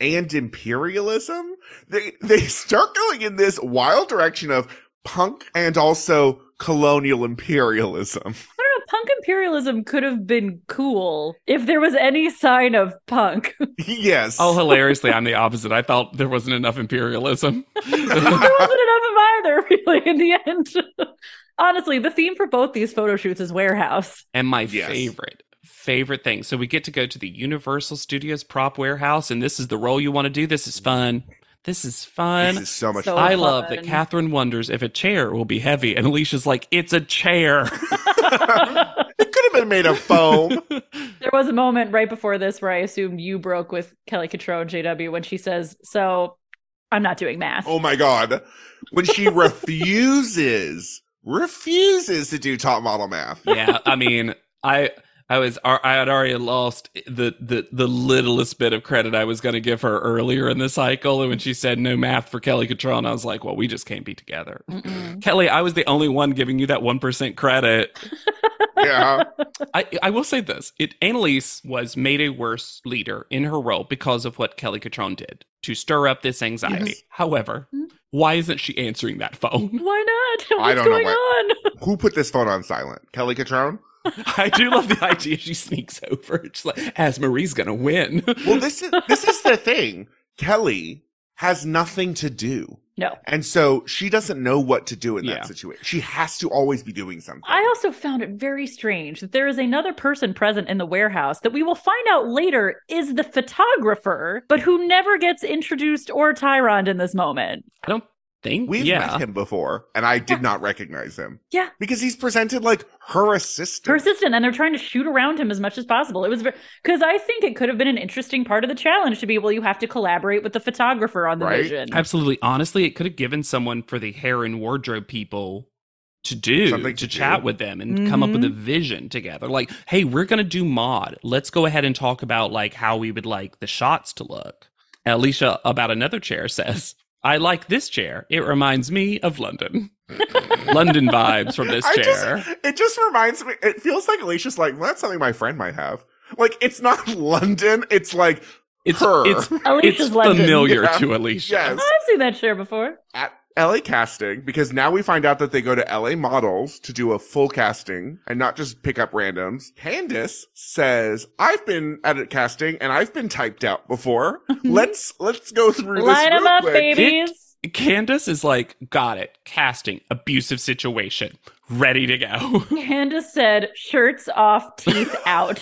and imperialism. They they start going in this wild direction of punk and also colonial imperialism.
I don't know. Punk imperialism could have been cool if there was any sign of punk.
yes.
Oh, hilariously, I'm the opposite. I thought there wasn't enough imperialism.
there wasn't enough of either, really, in the end. Honestly, the theme for both these photo shoots is warehouse.
and my
Yes.
favorite, favorite thing. So we get to go to the Universal Studios prop warehouse, and this is the role you want to do. This is fun. This is fun.
this is so much
So-
I love that
fun.
Catherine wonders if a chair will be heavy, and Alicia's like, "It's a chair."
there
It could have been made of foam.
was a moment right before this where I assumed you broke with Kelly Catrone, JW, when she says, So I'm not doing math.
Oh my god. When she refuses, refuses to do top model math.
yeah, I mean, I I was I had already lost the the the littlest bit of credit I was going to give her earlier in the cycle, and when she said no math for Kelly Catron, I was like, well, we just can't be together.
Mm-mm.
Kelly, I was the only one giving you that one percent credit.
Yeah.
I I will say this: it Annalise was made a worse leader in her role because of what Kelly Catron did to stir up this anxiety.
Yes.
However,
Hmm.
why isn't she answering that phone?
Why not? What's
don't know
going
why-
on?
Who put this phone on silent? Kelly Catrone?
I do love the idea she sneaks over. She's like, as Marie's gonna win.
Well, this is this is the thing. Kelly has nothing to do.
No.
And so she doesn't know what to do in
Yeah.
that situation. She has to always be doing something.
I also found it very strange that there is another person present in the warehouse that we will find out later is the photographer, but who never gets introduced or Tyrond in this moment.
I don't think
We've
yeah.
met him before, and I did not recognize him.
Yeah.
Because he's presented like her assistant.
Persistent, and they're trying to shoot around him as much as possible. It was because I think it could have been an interesting part of the challenge to be well, you have to collaborate with the photographer on the
Right.
vision.
Absolutely. Honestly, it could have given someone for the hair and wardrobe people to do
Something
to,
to do.
chat with them and come up with a vision together. Like, hey, we're gonna do mod. Let's go ahead and talk about like how we would like the shots to look. And Alicia about another chair says, I like this chair. It reminds me of London. London vibes from this
I just-
chair.
It just reminds me. It feels like Alicia's like, well, that's something my friend might have. Like, it's not London. It's like
it's
her.
it's,
Alicia's
it's
legend.
familiar
Yeah.
to Alicia.
Yes.
I've seen that chair before.
at LA casting because now we find out that they go to LA models to do a full casting and not just pick up randoms. Candace says, "I've been at a casting and I've been typed out before. let's let's go through this
Line
real
them up,
quick."
babies.
Candace is like, got it. Casting, abusive situation, ready to go.
Candace said, shirts off, teeth out.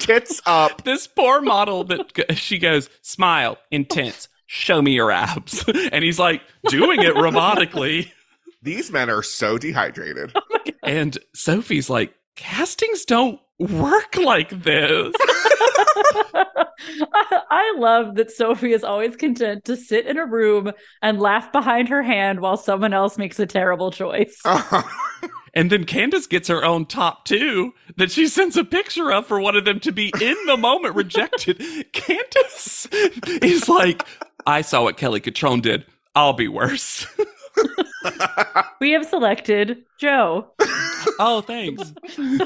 Tits up.
this poor model that g- she goes, smile, intense, show me your abs. And he's like, doing it robotically.
These men are so dehydrated.
And Sophie's like, castings don't work like this.
I, I love that Sophie is always content to sit in a room and laugh behind her hand while someone else makes a terrible choice.
Ah.
And then Candace gets her own top two that she sends a picture of for one of them to be in the moment rejected. Candace is like, I saw what Kelly Catron did. I'll be worse.
We have selected Joe.
oh, thanks.
Am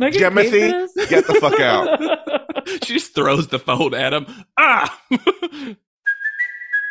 I getting paid for
Jimothy,
this?
Get the fuck out.
She just throws the phone at him. Ah!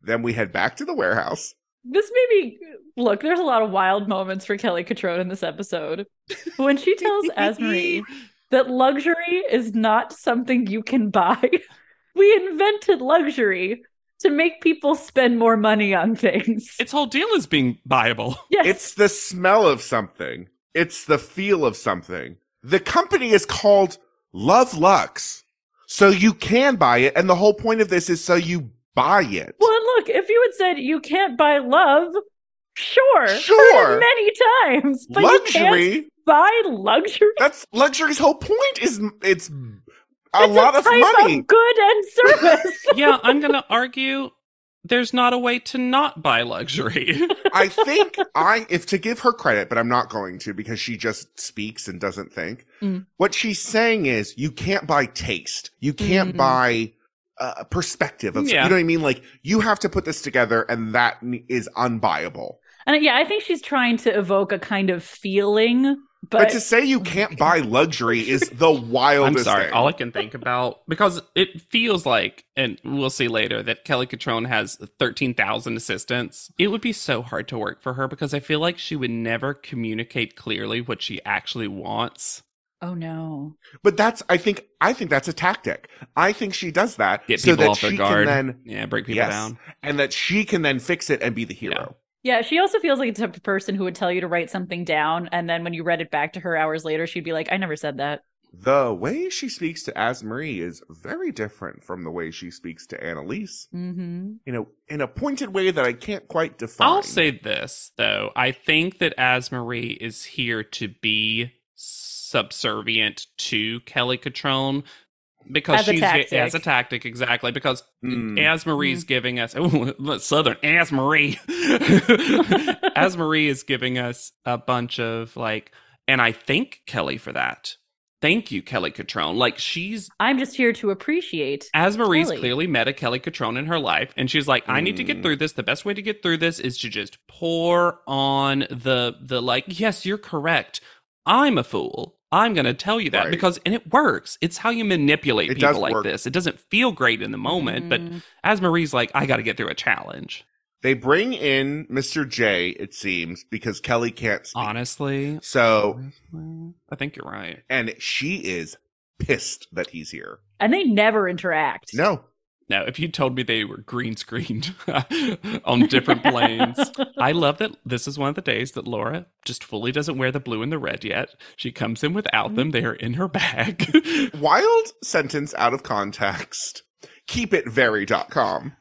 then we head back to the warehouse.
this made me look, there's a lot of wild moments for Kelly Catron in this episode. When she tells Asmarie that luxury is not something you can buy, we invented luxury to make people spend more money on things.
Its whole deal is being buyable.
yes.
It's the smell of something. It's the feel of something. The company is called Love Lux. So you can buy it. And the whole point of this is so you buy it.
Well, and look, if you had said you can't buy love, sure, heard it
Sure.
many times, but you can't
luxury.
buy luxury.
That's luxury's whole point is m- it's m- a
It's
lot of
type
money.
of good and service.
yeah, I'm going to argue there's not a way to not buy luxury.
I think I, if to give her credit, but I'm not going to because she just speaks and doesn't think.
Mm.
What she's saying is you can't buy taste. You can't
Mm.
buy uh, perspective of,
Mm-hmm. Yeah.
you know what I mean? Like you have to put this together and that n- is unbuyable.
and yeah, I think she's trying to evoke a kind of feeling,
But,
but,
to say you can't buy luxury is the
I'm
wildest
sorry.
thing.
All I can think about because it feels like, and we'll see later that Kelly Catron has thirteen thousand assistants. It would be so hard to work for her because I feel like she would never communicate clearly what she actually wants.
oh no.
but that's, I think, I think that's a tactic. I think she does that
Get
so
people
that
off their
she
guard.
can then,
Yeah, break people
Yes.
down.
and that she can then fix it and be the hero.
Yeah, she also feels like the type of person who would tell you to write something down, and then when you read it back to her hours later, she'd be like, "I never said that."
The way she speaks to Asmarie is very different from the way she speaks to Annalise.
Mm-hmm.
You know, in a pointed way that I can't quite define.
I'll say this though: I think that Asmarie is here to be subservient to Kelly Catron because
As a
she's
tactic. Hmm.
as a tactic exactly because
Mm.
As Marie's giving us ooh, look, Southern As Marie. As Marie is giving us a bunch of like, and I thank Kelly for that. Thank you, Kelly Catron. Like she's
I'm just here to appreciate.
As Marie's
Kelly.
clearly met a Kelly Catron in her life, and she's like, I need to get
Mm.
through this. The best way to get through this is to just pour on the the like, yes, you're correct. I'm a fool. I'm gonna tell you that
Right.
because and it works. It's how you manipulate
It
people
does
like
work.
this. It doesn't feel great in the moment, but
Mhm.
as Marie's like, I got to get through a challenge.
They bring in Mr. J, it seems, because Kelly can't speak.
Honestly,
So,
I think you're right.
and she is pissed that he's here.
and they never interact.
No,
Now, if you told me they were green screened on different planes, I love that this is one of the days that Laura just fully doesn't wear the blue and the red yet. She comes in without them, they are in her bag.
Wild sentence out of context. Keep it very.com.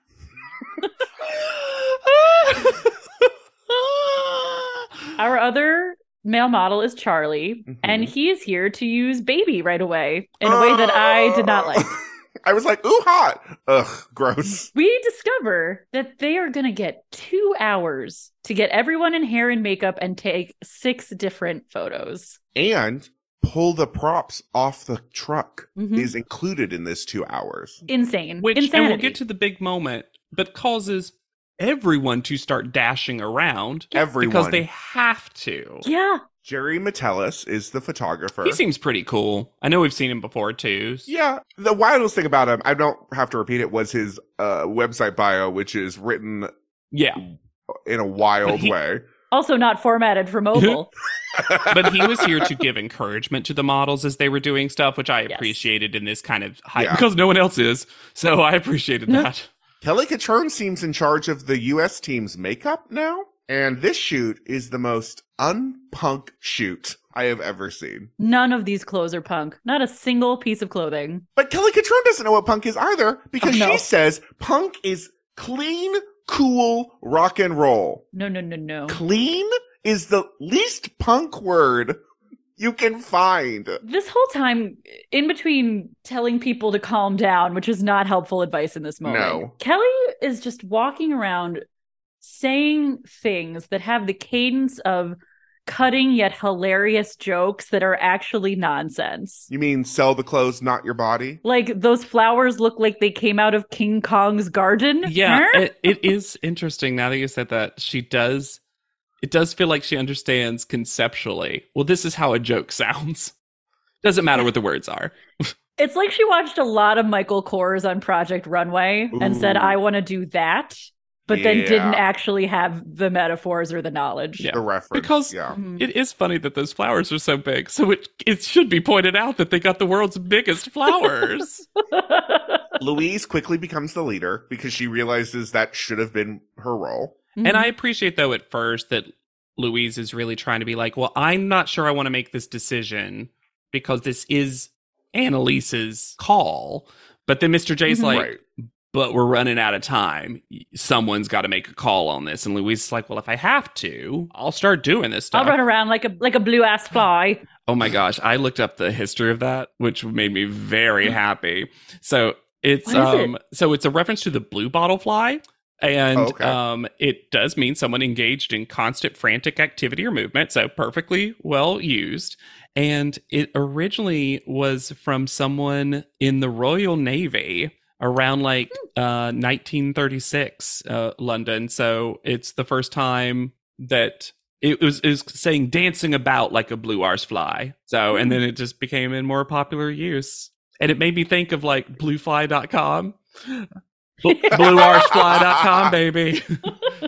Our other male model is Charlie,
Mm-hmm.
Mhm.
Oh.
and he's here to use baby right away in a way that I did not like.
Ah. I was like, ooh, hot. Ugh, gross.
we discover that they are going to get two hours to get everyone in hair and makeup and take six different photos.
And pull the props off the truck
Mm-hmm.
Mhm.
is included in this two hours.
Insane.
Which,
Insanity.
and we'll get to the big moment, but causes everyone to start dashing around
Everyone.
because they have to.
yeah.
Jerry Metellus is the photographer.
He seems pretty cool. I know we've seen him before too.
Yeah. The wildest thing about him, I don't have to repeat it, was his uh, website bio, which is written
Yeah.
in a wild
But he-
way.
Also not formatted for mobile.
But he was here to give encouragement to the models as they were doing stuff, which I
Yes.
appreciated in this kind of hype
Yeah.
because no one else is. So I appreciated
No.
that.
Kelly Catron seems in charge of the U.S. team's makeup now. And this shoot is the most unpunk shoot I have ever seen.
None of these clothes are punk. Not a single piece of clothing.
But Kelly Catron doesn't know what punk is either because
Oh, no.
she says punk is clean, cool, rock and roll.
No, no, no, no.
Clean is the least punk word you can find.
This whole time, in between telling people to calm down, which is not helpful advice in this moment,
No.
Kelly is just walking around saying things that have the cadence of cutting yet hilarious jokes that are actually nonsense.
You mean sell the clothes, not your body?
Like those flowers look like they came out of King Kong's garden.
Yeah,
Huh?
it, it is interesting now that you said that. She does, it does feel like she understands conceptually. Well, this is how a joke sounds. Doesn't matter what the words are.
It's like she watched a lot of Michael Kors on Project Runway and said,
Ooh.
I want to do that, but then didn't
Yeah.
actually have the metaphors or the knowledge.
Yeah.
The reference.
Because-
yeah.
Mhm.
It is funny that those flowers are so big. So it it should be pointed out that they got the world's biggest flowers.
Louise quickly becomes the leader because she realizes that should have been her role.
Mm-hmm.
And I appreciate though at first that Louise is really trying to be like, well, I'm not sure I want to make this decision because this is Annalise's call. But then Mr. J's
Mhm.
like,
right.
but we're running out of time. Someone's got to make a call on this. And Louise is like, well, if I have to, I'll start doing this
I'll
stuff.
run around like a like a blue ass fly.
Oh my gosh, I looked up the history of that, which made me very happy. So it's
What is
um so it's a reference to the blue bottle fly. And
Oh, okay.
um, it does mean someone engaged in constant frantic activity or movement, so perfectly well used. And it originally was from someone in the Royal Navy around like uh, 1936 uh, London. So it's the first time that it was, it was saying dancing about like a blue arse fly. So,
Hmm.
and then it just became in more popular use. And it made me think of like bluefly.com. Bl- bluearsefly.com, baby.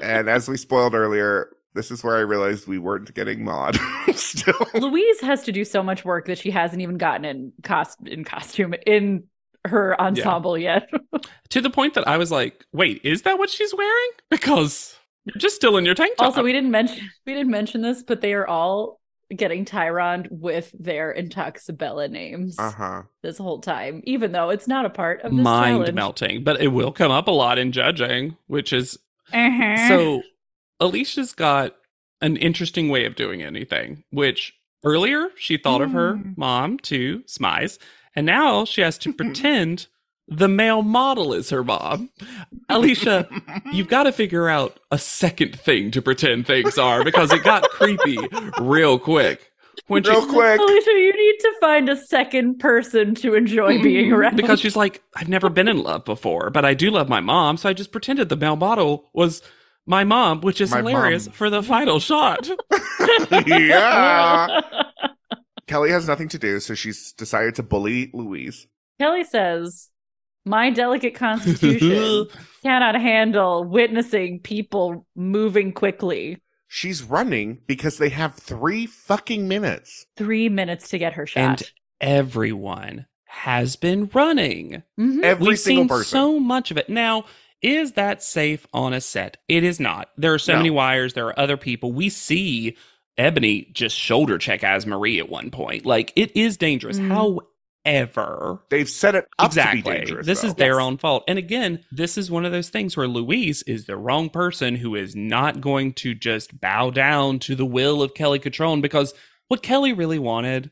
and as we spoiled earlier, this is where I realized we weren't getting mod still.
Louise has to do so much work that she hasn't even gotten in cost in costume in her ensemble yet.
to the point that I was like, wait, is that what she's wearing? Because you're just still in your tank top.
also, we didn't mention we didn't mention this, but they are all getting Tyrond with their Intoxibella names
Uh huh.
this whole time, even though it's not a part of this
mind
challenge.
melting, but it will come up a lot in judging, which is
Eh.
Uh-huh.
so Alicia's got an interesting way of doing anything, which earlier she thought of her
Mm.
mom to Smize, and now she has to pretend the male model is her mom. Alicia, you've got to figure out a second thing to pretend things are because it got creepy real quick. When she,
Real quick.
Alicia, you need to find a second person to enjoy being around.
because she's like, I've never been in love before, but I do love my mom, so I just pretended the male model was my mom, which is
My
hilarious
mom.
for the final shot.
yeah. Kelly has nothing to do, so she's decided to bully Louise.
Kelly says, My delicate constitution cannot handle witnessing people moving quickly.
She's running because they have three fucking minutes.
Three minutes to get her
and
shot.
everyone has been running.
Mhm.
Every
We've
single
seen
person.
so much of it. Now, is that safe on a set? It is not. There are so
No.
many wires. There are other people. We see Ebony just shoulder check as Marie at one point. Like it is dangerous.
Mm.
However,
They've set it up
exactly.
to be dangerous.
this
though.
is their own fault. And again, this is one of those things where Louise is the wrong person who is not going to just bow down to the will of Kelly Catron because what Kelly really wanted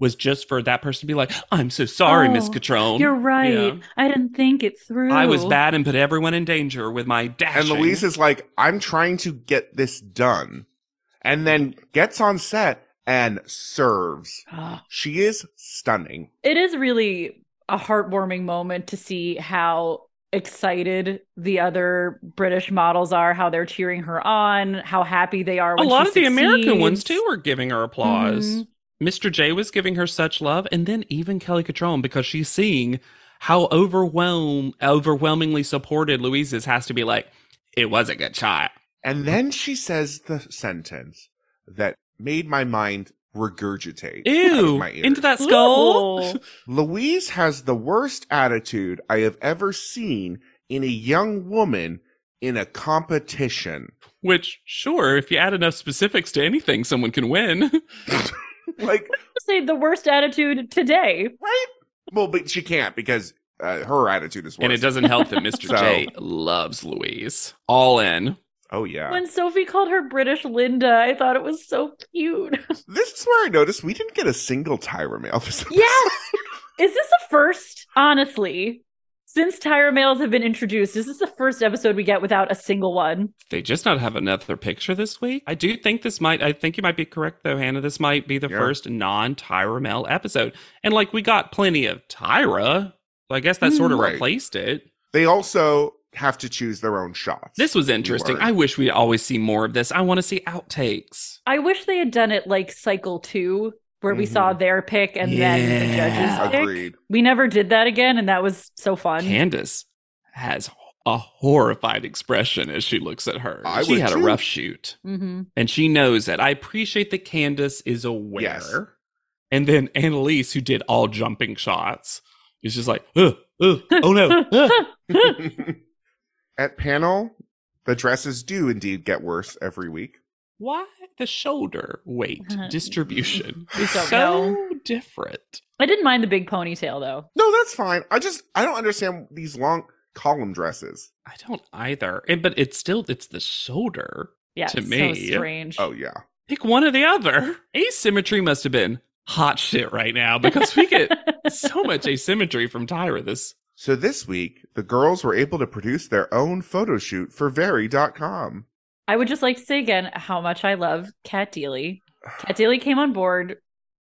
was just for that person to be like, I'm so sorry, Miss
Oh,
Catrone.
You're right.
Yeah.
I didn't think it through.
I was bad and put everyone in danger with my
And
dashing.
Louise is like, I'm trying to get this done. And then gets on set and serves. She is stunning.
It is really a heartwarming moment to see how excited the other British models are, how they're cheering her on, how happy they are.
a
when she
lot of the American ones
succeeds.
too were giving her applause.
Mhm.
Mr. J was giving her such love, and then even Kelly Catrone because she's seeing how overwhelm overwhelmingly supported Louise is has to be like, it was a good shot.
And then she says the sentence that made my mind regurgitate. out of
Ew,
my ears.
into that skull.
Ooh.
Louise has the worst attitude I have ever seen in a young woman in a competition.
Which, sure, if you add enough specifics to anything, someone can win.
Like,
Say the worst attitude today.
right? Well, but she can't because uh, her attitude is worse.
and it doesn't help that Mr.
So-
J loves Louise. All in.
Oh, yeah.
When Sophie called her British Linda, I thought it was so cute.
This is where I noticed we didn't get a single Tyra mail this episode.
Yes. is this a first? Honestly, since Tyra males have been introduced, is this the first episode we get without a single one?
They just not have another picture this week. I do think this might, I think you might be correct though, Hannah. This might be the
Yeah.
first non Tyra Mel episode. And like we got plenty of Tyra. So I guess that sort of
Mm. Right.
replaced it.
They also have to choose their own shots.
This was interesting.
were.
I wish we always see more of this. I want to see outtakes.
I wish they had done it like cycle two, where we saw their pick and then the
Mm-hmm. Yeah.
judges pick.
Agreed.
We never did that again, and that was so fun.
Candace has a horrified expression as she looks at her.
I
she
would
had
too.
a rough shoot.
hmm
and she knows it. I appreciate that Candace is aware.
Yes.
And then Annalise, who did all jumping shots, is just like, "Ugh, ugh, oh no. ugh."
At panel, the dresses do indeed get worse every week.
Why the shoulder weight
Uh,
distribution
we
is
don't
so different?
I didn't mind the big ponytail though.
No, that's fine. I just I don't understand these long column dresses.
I don't either. And, but it's still it's the shoulder.
Yeah,
To
it's
me.
so strange.
Oh yeah.
Pick one or the other. Asymmetry must have been hot shit right now because we get so much asymmetry from Tyra this
So this week, the girls were able to produce their own photo shoot for Very.com.
I would just like to say again how much I love Kat Deely. Kat Deely came on board,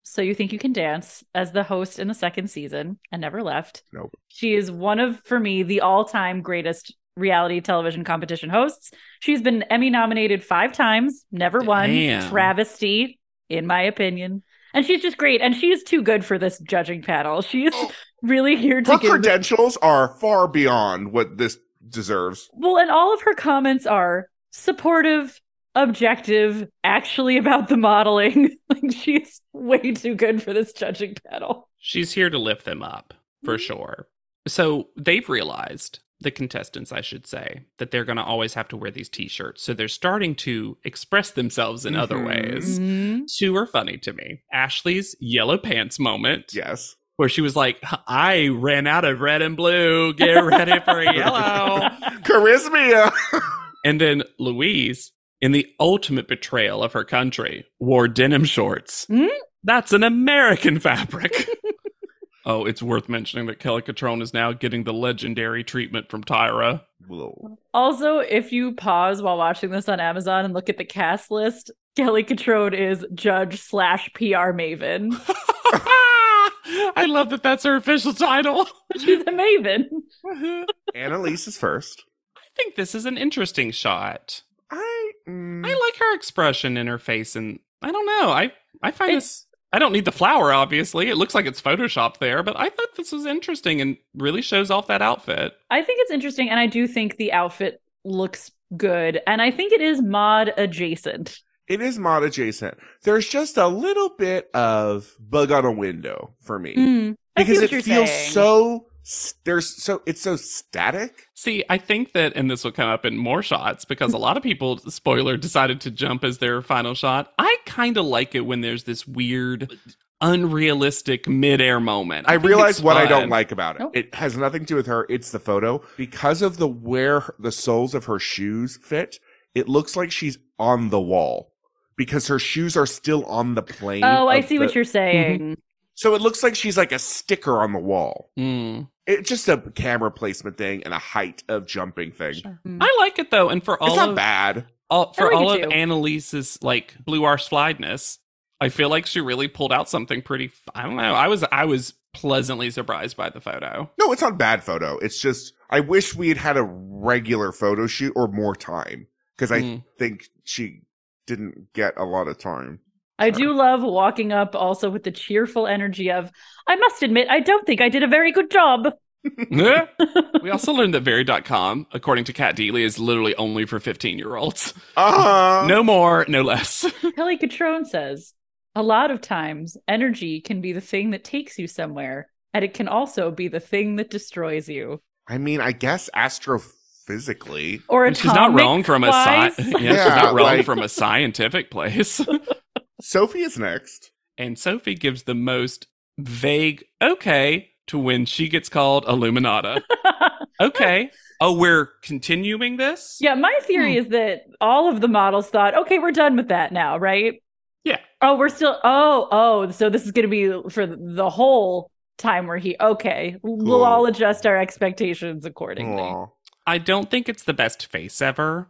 so you think you can dance as the host in the second season and never left.
Nope.
She is one of, for me, the all-time greatest reality television competition hosts. She's been Emmy nominated five times, never won.
Damn.
Travesty, in my opinion. And she's just great. And she's too good for this judging panel. She's really here to
Her
give
credentials are far beyond what this deserves.
Well, and all of her comments are supportive, objective, actually about the modeling. like she's way too good for this judging panel.
She's here to lift them up for sure. So they've realized, the contestants, I should say, that they're going to always have to wear these t shirts. So they're starting to express themselves in other
Mhm.
ways. Two are funny to me. Ashley's yellow pants moment,
Yes.
where she was like, I ran out of red and blue. Get ready for yellow.
Charisma.
and then Louise, in the ultimate betrayal of her country, wore denim shorts.
Hmm?
That's an American fabric. oh, it's worth mentioning that Kelly Catron is now getting the legendary treatment from Tyra.
Whoa.
Also, if you pause while watching this on Amazon and look at the cast list, Kelly Catrone is judge slash PR maven.
I love that that's her official title.
She's a maven.
I
Annalise is first.
think this is an interesting shot.
I mm,
I like her expression in her face, and I don't know. I I find
It's-
this. I don't need the flower, obviously. It looks like it's photoshopped there, but I thought this was interesting and really shows off that outfit.
I think it's interesting, and I do think the outfit looks good, and I think it is mod adjacent.
it is mod adjacent. There's just a little bit of bug on a window for me
Mm, I see
because
what
it
you're
feels
saying.
so s- there's so it's so static.
See, I think that, and this will come up in more shots because a lot of people, spoiler, decided to jump as their final shot. I kind of like it when there's this weird, unrealistic midair moment.
I
think
realize
it's
what I don't
fun.
like about it.
Nope.
It has nothing to do with her. It's the photo because of the where her- the soles of her shoes fit. It looks like she's on the wall because her shoes are still on the plane.
Oh, I
of
see
the-
what you're saying.
So it looks like she's like a sticker on the wall.
Mm.
It's just a camera placement thing and a height of jumping thing.
I like it though, and for all
It's not
of
bad.
all, for
like it
all of
too.
Annalise's like blue arse flydness, I feel like she really pulled out something pretty. I don't know. I was I was pleasantly surprised by the photo.
No, it's not bad photo. It's just I wish we had had a regular photo shoot or more time because I
Mm.
think she didn't get a lot of time.
I do love walking up also with the cheerful energy of, I must admit, I don't think I did a very good job.
Yeah. Hmm. we also learned that Very.com, according to Kat Deely, is literally only for 15 year olds.
Uh
No more, no less.
Kelly Catrone says, a lot of times energy can be the thing that takes you somewhere, and it can also be the thing that destroys you.
I mean, I guess astrophysically.
Or
And she's not
atomic
wrong from a
wise.
sci- yeah, she's
Yeah,
not wrong
like-
from a scientific place.
Sophie is next.
and Sophie gives the most vague okay to when she gets called Illuminata. Okay. Oh, we're continuing this?
yeah, my theory
Hmm.
is that all of the models thought, okay, we're done with that now, right?
Yeah.
Oh, we're still. Oh, oh. So this is going to be for the whole time we're here. Okay, we'll
Cool.
all adjust our expectations accordingly.
Aw.
I don't think it's the best face ever.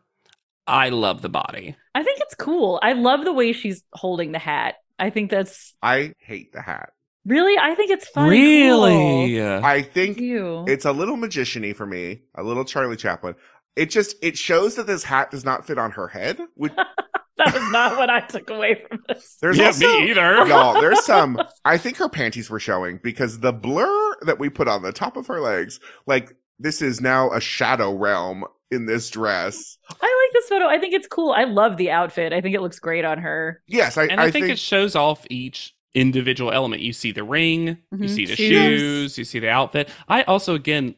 I love the body.
I think it's cool. I love the way she's holding the hat. I think that's
I hate the hat.
really. I think it's fun. and cool.
really?
I think
Thank you.
It's a little magician-y for me, a little Charlie Chaplin. It just it shows that this hat does not fit on her head. Which,
that was not what I took away from this.
there's
yeah,
also
me either.
y'all. There's some. I think her panties were showing because the blur that we put on the top of her legs, like this is now a shadow realm in this dress.
I like this photo. I think it's cool. I love the outfit. I think it looks great on her.
Yes, I,
and I, think, it shows off each individual element. You see the ring, you
Mhm.
see the
Shoes.
shoes, you see the outfit. I also, again,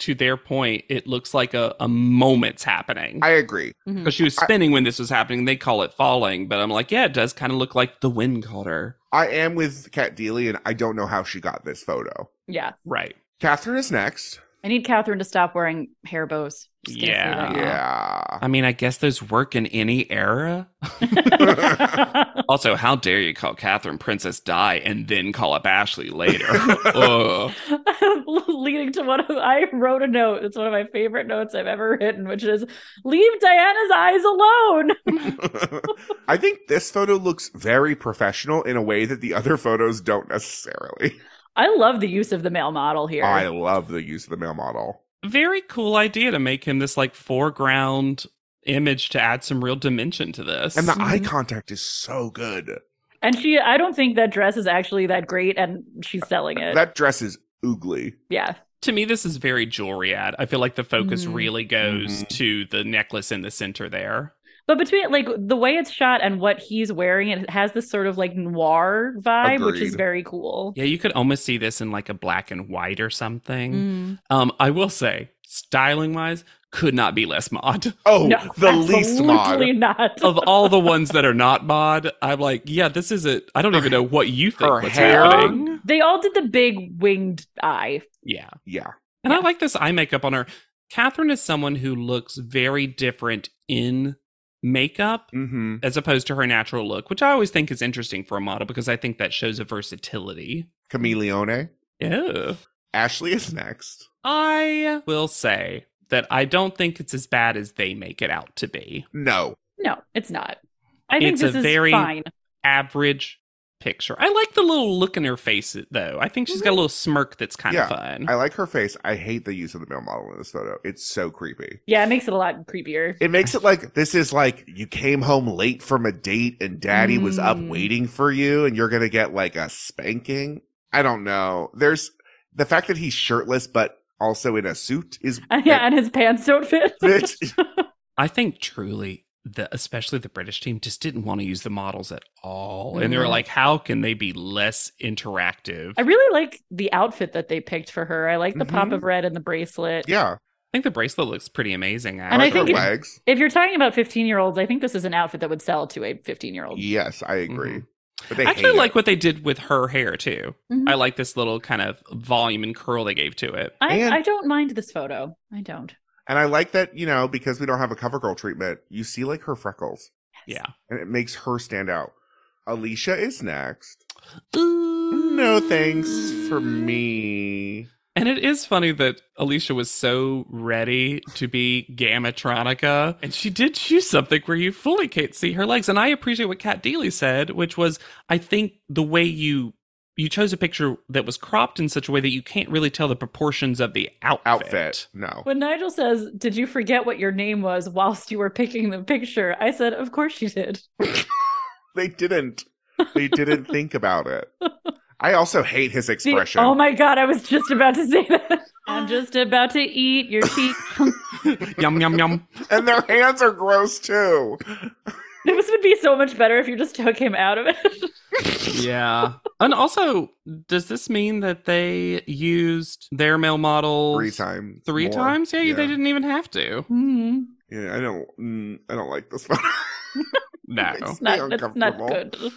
to their point, it looks like a, a moment's happening.
I agree.
Because she was
I-
spinning when this was happening. They call it falling, but I'm like, yeah, it does kind of look like the wind caught her.
I am with Kat Deely, and I don't know how she got this photo.
Yeah.
Right.
Catherine is next.
I need Catherine to stop wearing hair bows. Just gonna say
Yeah.
that.
yeah.
I mean, I guess those work in any era. Also, how dare you call Catherine Princess Di and then call up Ashley later? Ugh.
Leading to one of I wrote a note. It's one of my favorite notes I've ever written, which is leave Diana's eyes alone.
I think this photo looks very professional in a way that the other photos don't necessarily.
I love the use of the male model here.
I love the use of the male model.
Very cool idea to make him this like foreground image to add some real dimension to this.
And the eye
Mhm.
contact is so good.
and she I don't think that dress is actually that great and she's selling it.
That dress is oogly.
yeah.
to me, this is very jewelry ad. I feel like the focus
Mhm.
really goes
Mhm.
to the necklace in the center there.
But between like the way it's shot and what he's wearing, it has this sort of like noir vibe, which is
Agreed.
very cool.
Yeah, you could almost see this in like a black and white or something.
Mm.
Um, I will say, styling wise, could not be less mod.
Oh,
No,
the least mod.
absolutely not.
of all the ones that are not mod, I'm like, yeah, this isn't. I don't even know what you think.
her
what's
hair.
happening.
They all did the big winged eye.
Yeah,
Yeah.
and I like this eye makeup on her. Catherine is someone who looks very different in makeup
Mm-hmm.
as opposed to her natural look, which I always think is interesting for a model because I think that shows a versatility.
Camilleone.
Yeah.
Ashley is next.
I will say that I don't think it's as bad as they make it out to be.
No.
No, it's not. I think
It's a
this is
very-
fine.
Average picture. I like the little look in her face though. I think she's got a little smirk that's kind
Mm-hmm. Yeah,
of fun.
I like her face. I hate the use of the male model in this photo. It's so creepy.
Yeah, it makes it a lot creepier.
It makes it like this is like you came home late from a date and daddy was up
Mm.
waiting for you and you're going to get like a spanking. I don't know. There's the fact that he's shirtless but also in a suit is
yeah, and his pants don't fit.
It's-
I think truly the especially the British team just didn't want to use the models at all. And they were
Mhm.
like, how can they be less interactive?
I
I
really like the outfit that they picked for her. I like the pop
Mhm.
of red and the bracelet.
yeah.
think the bracelet looks pretty amazing
I
And
actually.
I think
like her
it-
legs.
If you're talking about 15 year olds, I think this is an outfit that would sell to a 15 year old.
Yes, I agree.
Mm-hmm.
But they
I
hate
actually
it.
like what they did with her hair too.
Mhm.
I like this little kind of volume and curl they gave to it.
I,
And-
I don't mind this photo. I don't.
and I like that, you know, because we don't have a cover girl treatment, you see like her freckles
Yeah.
and it makes her stand out. Alicia is next.
Mm-hmm.
Ooh,
no thanks for me.
And it is funny that Alicia was so ready to be Gammatronica, and she did choose something where you fully can't see her legs. And I appreciate what Kat Deely said, which was, I think the way you you chose a picture that was cropped in such a way that you can't really tell the proportions of the outfit.
Outfit. No.
When Nigel says, Did you forget what your name was whilst you were picking the picture? I said, Of course you did.
They didn't. They didn't think about it. I also hate his
The-
expression.
oh my God, I was just about to say that. I'm just about to eat your teeth.
yum yum yum.
and their hands are gross too.
this would be so much better if you just took him out of it.
Yeah. And also, does this mean that they used their male models
Three times.
Three
more.
times? Yeah,
yeah.
they didn't even have to.
Mm-hmm.
Hmm.
Yeah, I don't. Mm, I don't like this photo.
No.
Makes
It's
me
not, it's not
uncomfortable.
good.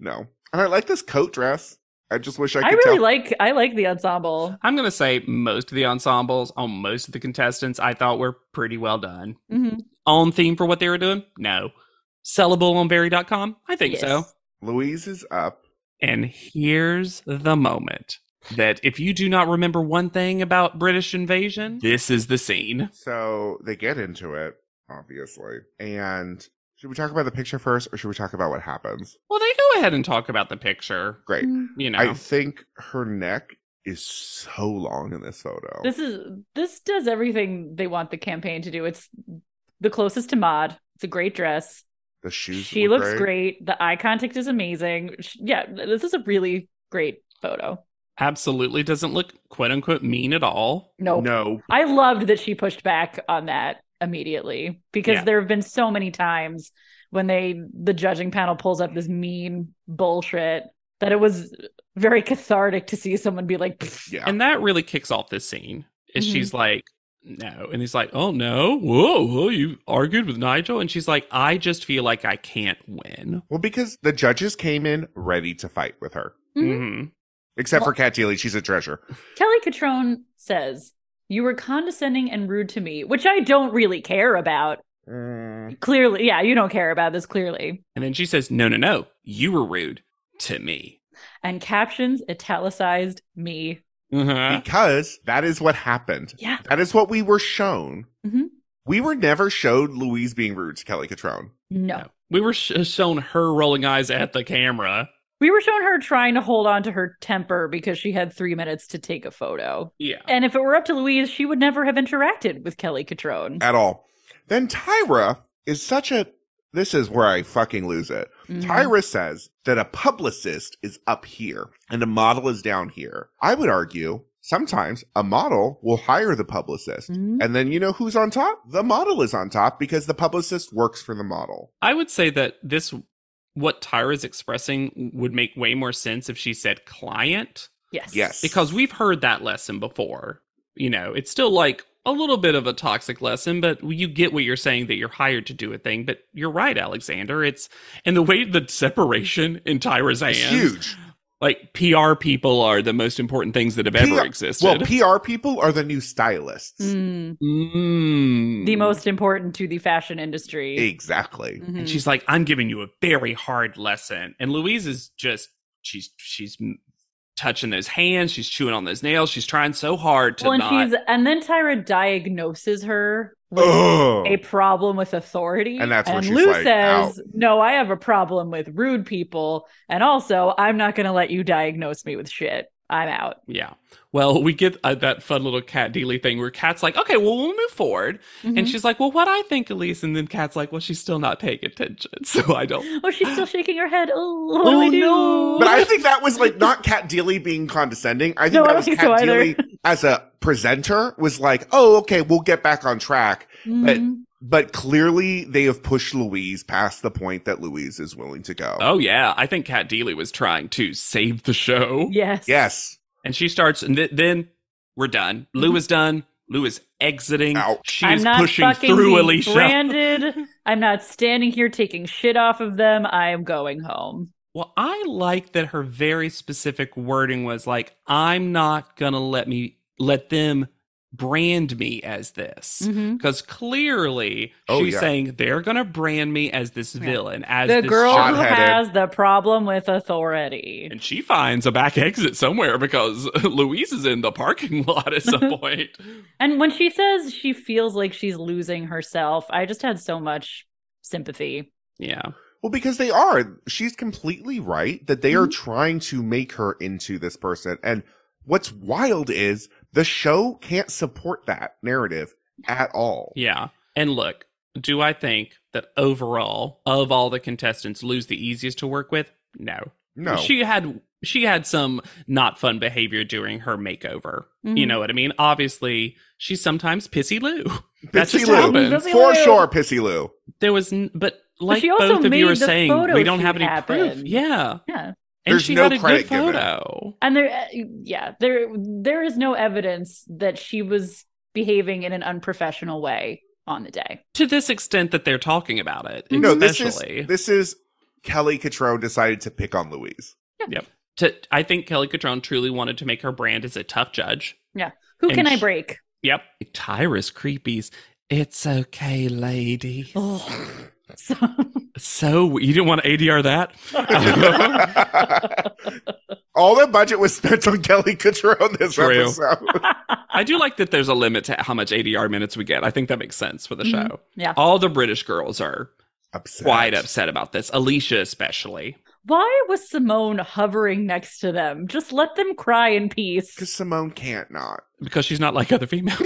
No, and I like this coat dress. I just wish I
I
could
really
tell.
like I like the ensemble.
I'm going to say most of the ensembles on most of the contestants I thought were pretty well done.
Mhm.
On theme for what they were doing? No. Sellable on Barry.com? I think
Yes.
so.
Louise is up.
And here's the moment that if you do not remember one thing about British invasion, this is the scene.
So they get into it, obviously. And should we talk about the picture first, or should we talk about what happens?
Well, they go ahead and talk about the picture.
Great.
You know,
I think her neck is so long in this photo.
This is this does everything they want the campaign to do. It's the closest to mod. It's a great dress.
the shoes.
she
look
looks great. The eye contact is amazing. Sh yeah, this is a really great photo.
absolutely doesn't look quote unquote mean at all.
No,
No,
I loved that she pushed back on that immediately because
Yeah.
there have been so many times when they the judging panel pulls up this mean bullshit that it was very cathartic to see someone be like, "Pfft,
yeah.
And that really kicks off this scene. Is
Mhm.
she's like, no. And he's like, oh no. Whoa, whoa, you argued with Nigel? And she's like, I just feel like I can't win.
well, because the judges came in ready to fight with her,
Mm-hmm.
except for Kat Deely. She's a treasure.
Kelly Catrone says, You were condescending and rude to me, which I don't really care about.
Mm,
Clearly, yeah, you don't care about this clearly.
And then she says, no, no, no. You were rude to me.
And captions italicized me.
Uh-huh.
because that is what happened.
Yeah.
That is what we were shown.
Mhm.
We were never showed Louise being rude to Kelly Catrone.
No.
We were sh- shown her rolling eyes at the camera.
We were shown her trying to hold on to her temper because she had three minutes to take a photo.
Yeah.
And if it were up to Louise, she would never have interacted with Kelly
Uh,
Catrone.
at all. Then Tyra is such a. This is where I fucking lose it.
Mhm.
Tyra says that a publicist is up here and a model is down here. I would argue sometimes a model will hire the publicist.
Mhm.
And then you know who's on top? The model is on top because the publicist works for the model.
I would say that this, what Tyra's expressing, would make way more sense if she said client.
Yes.
Yes.
because we've heard that lesson before. You know, it's still like a little bit of a toxic lesson, but you get what you're saying that you're hired to do a thing. But you're right, Alexander. It's and the way the separation in Tyra's hands,
it's huge.
like PR people are the most important things that have ever
PR
existed.
Well, PR people are the new stylists.
Mm,
Mm.
the most important to the fashion industry.
Exactly.
Mhm.
And she's like, "I'm giving you a very hard lesson." And Louise is just she's she's m- touching those hands, she's chewing on those nails, she's trying so hard to
well, and
not.
she's and then Tyra diagnoses her with
Oh,
a problem with authority.
And that's where she's
Lou
like,
says, No, I have a problem with rude people. And also, I'm not going to let you diagnose me with shit. I'm out.
Yeah. Well, we get uh, that fun little cat dealy thing where Cat's like, okay, well, we'll move forward.
Mm-hmm.
And she's like, well, what I think, Elise. And then Cat's like, well, she's still not paying attention. So I don't.
oh, she's still shaking her head. Oh, what do
Oh,
we do?
no.
But I think that was like not Kat Deely being condescending. I think
No, I
that
don't
was
think
Kat
so either.
Deely as a presenter was like, oh, okay, we'll get back on track.
Mhm.
But clearly they have pushed Louise past the point that Louise is willing to go.
Oh, yeah. I think Cat Dealy was trying to save the show.
Yes.
Yes.
And she starts, and th- then we're done. Lou is done. Lou is exiting.
Out.
She
Mm-hmm. I'm
is
not
pushing
fucking
through
being
Alicia.
branded. I'm not standing here taking shit off of them. I am going home.
Well, I like that her very specific wording was like, I'm not gonna let me let them brand me as this
Mhm.
because clearly
Oh,
she's
yeah.
saying they're gonna brand me as this
Yeah.
villain as
The
this
girl who
hot-headed-
has the problem with authority.
And she finds a back exit somewhere because Louise is in the parking lot at some point.
And when she says she feels like she's losing herself, I just had so much sympathy.
yeah
Well, because they are. She's completely right that
Mm-hmm.
they are trying to make her into this person. And what's wild is the show can't support that narrative at all.
yeah and look do i think that overall of all the contestants lose the easiest to work with no
No.
she had she had some not fun behavior during her makeover you
Mhm.
know what i mean obviously she's sometimes pissy lou that
Pissy
just
Lou.
happens
Pissy
For
Lou.
sure, Pissy Lou.
there was n- but like
she also
both of
made
you are
the
saying
photo
we don't
shoot
have any proof
happen.
yeah
Yeah.
and
There's
she
no
got a
credit
good
given.
photo
and there uh, yeah there there is no evidence that she was behaving in an unprofessional way on the day
to this extent that they're talking about it
No, this is
especially
this is Kelly Catrone decided to pick on Louise.
to, i think kelly Catron truly wanted to make her brand as a tough judge
who
And
can i
sh-
break
yep tyrus creepies it's okay lady
oh. so,
so you didn't want to adr that
All the budget was spent on Kelly Catrone this
True.
episode.
i do like that there's a limit to how much adr minutes we get i think that makes sense for the
Mhm.
show
yeah
Uh,
all the british girls are
Upset.
quite upset about this alicia especially
why was simone hovering next to them just let them cry in
Because
peace
Simone can't not.
because she's not like other females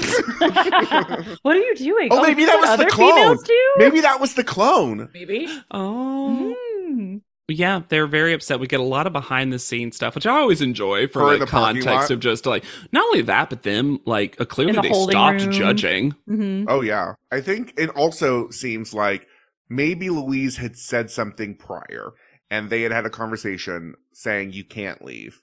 what are you doing
Oh, maybe that
what
was the
other
clone.
females do
Maybe that was the clone.
maybe
Mm-hmm.
oh
Mm.
Yeah, they're very upset. We get a lot of behind the scenes stuff, which I always enjoy for
Or in
the
the parking
context
lot.
of just like not only that, but them like uh, clearly
the
they
holding
stopped
room.
judging.
Mhm.
Oh yeah. I think it also seems like maybe Louise had said something prior and they had had a conversation saying you can't leave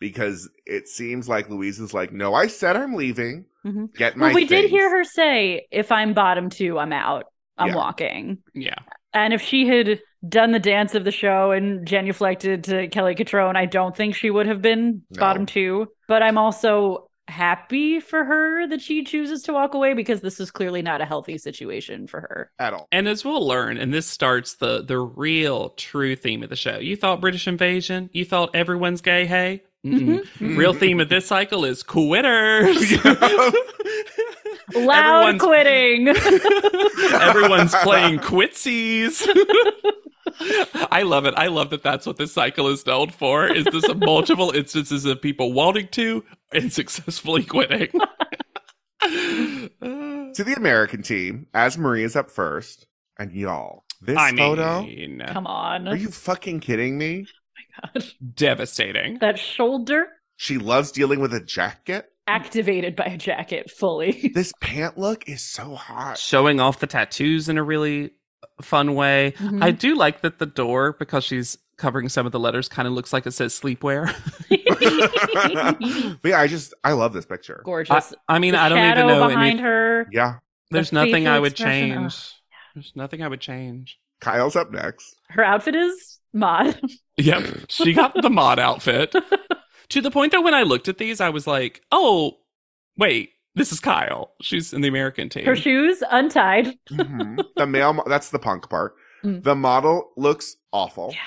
because it seems like Louise is like, "No, I said I'm leaving.
Mhm.
Get my
well we did
things."
hear her say if i'm bottom two i'm out i'm
Yeah.
walking
Yeah,
And if she had done the dance of the show and genuflected to Kelly Catrone, I don't think she would have been
No.
bottom two. But I'm also happy for her that she chooses to walk away because this is clearly not a healthy situation for her.
at all.
and as we'll learn, and this starts the the real true theme of the show. You thought British invasion? You thought everyone's gay? Hey, Mm-mm.
Mm-hmm.
real theme of this cycle is quitters.
Loud
Everyone's-
quitting.
Everyone's playing quitsies. I love it. I love that that's what this cycle is known for. Is this multiple instances of people wanting to and successfully quitting? Uh,
To the American team, as Maria's up first, and y'all, this
I
photo.
mean,
Come on.
Are you fucking kidding me?
devastating.
that shoulder
She loves dealing with a jacket.
activated by a jacket fully.
This pant look is so hot.
Showing off the tattoos in a really fun way.
Mhm.
I do like that the door, because she's covering some of the letters, kind of looks like it says sleepwear.
but yeah, I just I love this picture.
I,
Gorgeous.
I mean,
The
I don't even
shadow
know
behind
anything.
her.
Yeah,
There's
The
nothing
facial
I would
expression, ugh.
change. There's nothing I would change.
Kyle's up next.
Her outfit is mod.
Yep. She got the mod outfit. to the point that when I looked at these, I was like, oh, wait, this is Kyle. She's in the American team.
Her shoes untied.
Mhm. the male, mo- that's the punk part.
Mm.
The model looks awful.
Yeah.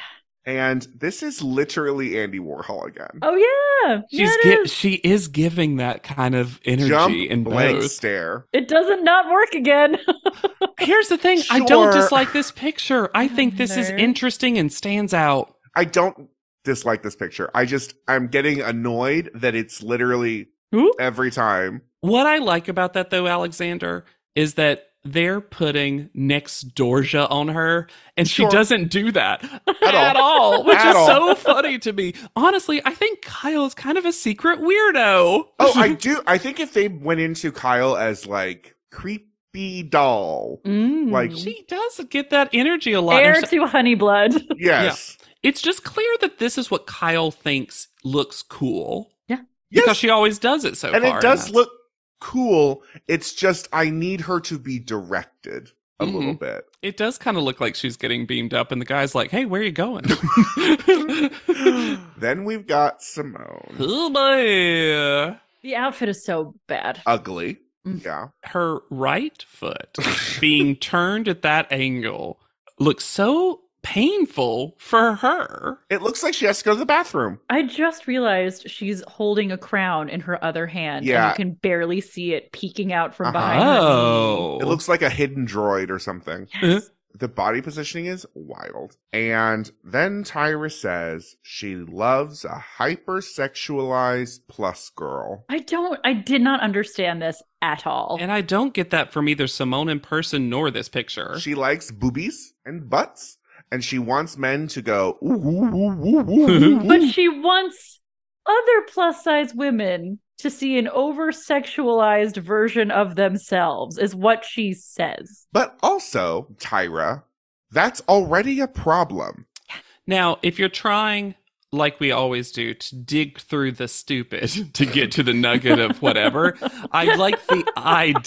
And this is literally Andy Warhol again.
Oh yeah.
She's
yeah, it
gi-
is.
she is giving that kind of energy
Jump
in
blank
both.
stare.
It doesn't not work again.
Here's the thing: I don't
Sure.
dislike this picture. I think this is
No.
interesting and stands out.
I don't dislike this picture. I just I'm getting annoyed that it's literally
Ooh.
every time.
What I like about that, though, Alexander, is that they're putting next Dorja on her, and
Sure.
she doesn't do that at,
all.
all. which
At
is
all.
so funny to me. Honestly, I think Kyle is kind of a secret weirdo.
Oh, I do. I think if they went into Kyle as like creepy doll,
Mm.
Like-
she does get that energy a lot.
heir
And so-
to honey blood.
yes,
It's just clear that this is what Kyle thinks looks cool
yes,
because she always does it so
and
far.
it does
that's-
look cool. It's just I need her to be directed a
Mm.
little bit.
It does kind of look like she's getting beamed up, and the guy's like, "Hey, where are you going?"
then we've got Simone.
oh boy.
The outfit is so bad.
Ugly.
Mm.
Yeah.
her right foot being turned at that angle looks so painful for her.
It looks like she has to go to the bathroom.
I just realized she's holding a crown in her other hand.
Yeah.
And you can barely see it peeking out from
Uh-huh.
behind her knee.
Oh,
It looks like a hidden droid or something.
Yes.
The body positioning is wild. And then Tyra says she loves a hypersexualized plus girl.
I don't, I did not understand this at all.
And I don't get that from either Simone in person nor this picture.
She likes boobies and butts, and she wants men to go, ooh, ooh, ooh, ooh, ooh, ooh, ooh.
but she wants other plus size women to see an over sexualized version of themselves, is what she says.
But also, Tyra, that's already a problem.
now, if you're trying, like we always do, to dig through the stupid to get to the nugget of whatever, I like the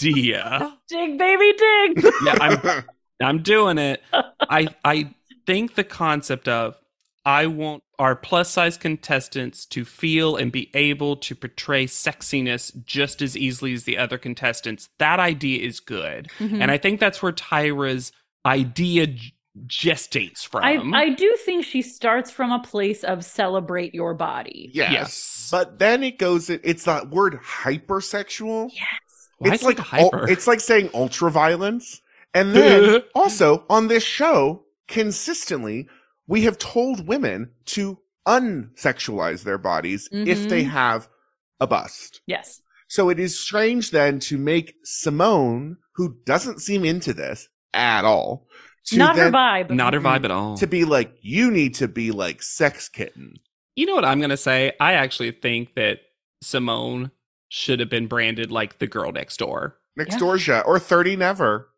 idea.
Dig, baby, dig.
Yeah, I'm I'm doing it. I I think the concept of I want our plus size contestants to feel and be able to portray sexiness just as easily as the other contestants. That idea is good.
Mm-hmm.
Mm-hmm.
And I think that's where Tyra's idea g- gestates
I,
from.
I do think she starts from a place of celebrate your body.
yes.
Yes.
But then it goes, it's that word hypersexual.
Yes.
Why
it's
is it
like ul-
hyper.
it's like saying ultraviolence. And then also on this show, consistently, we have told women to unsexualize their bodies if
Mhm.
they have a bust.
Yes.
So it is strange then to make Simone, who doesn't seem into this at all, to
Not her
then,
vibe.
not her vibe at all.
to be like, you need to be like sex kitten.
You know what I'm going to say? I actually think that Simone should have been branded like the girl next door.
Next
Yeah.
Dorja or 30 Never.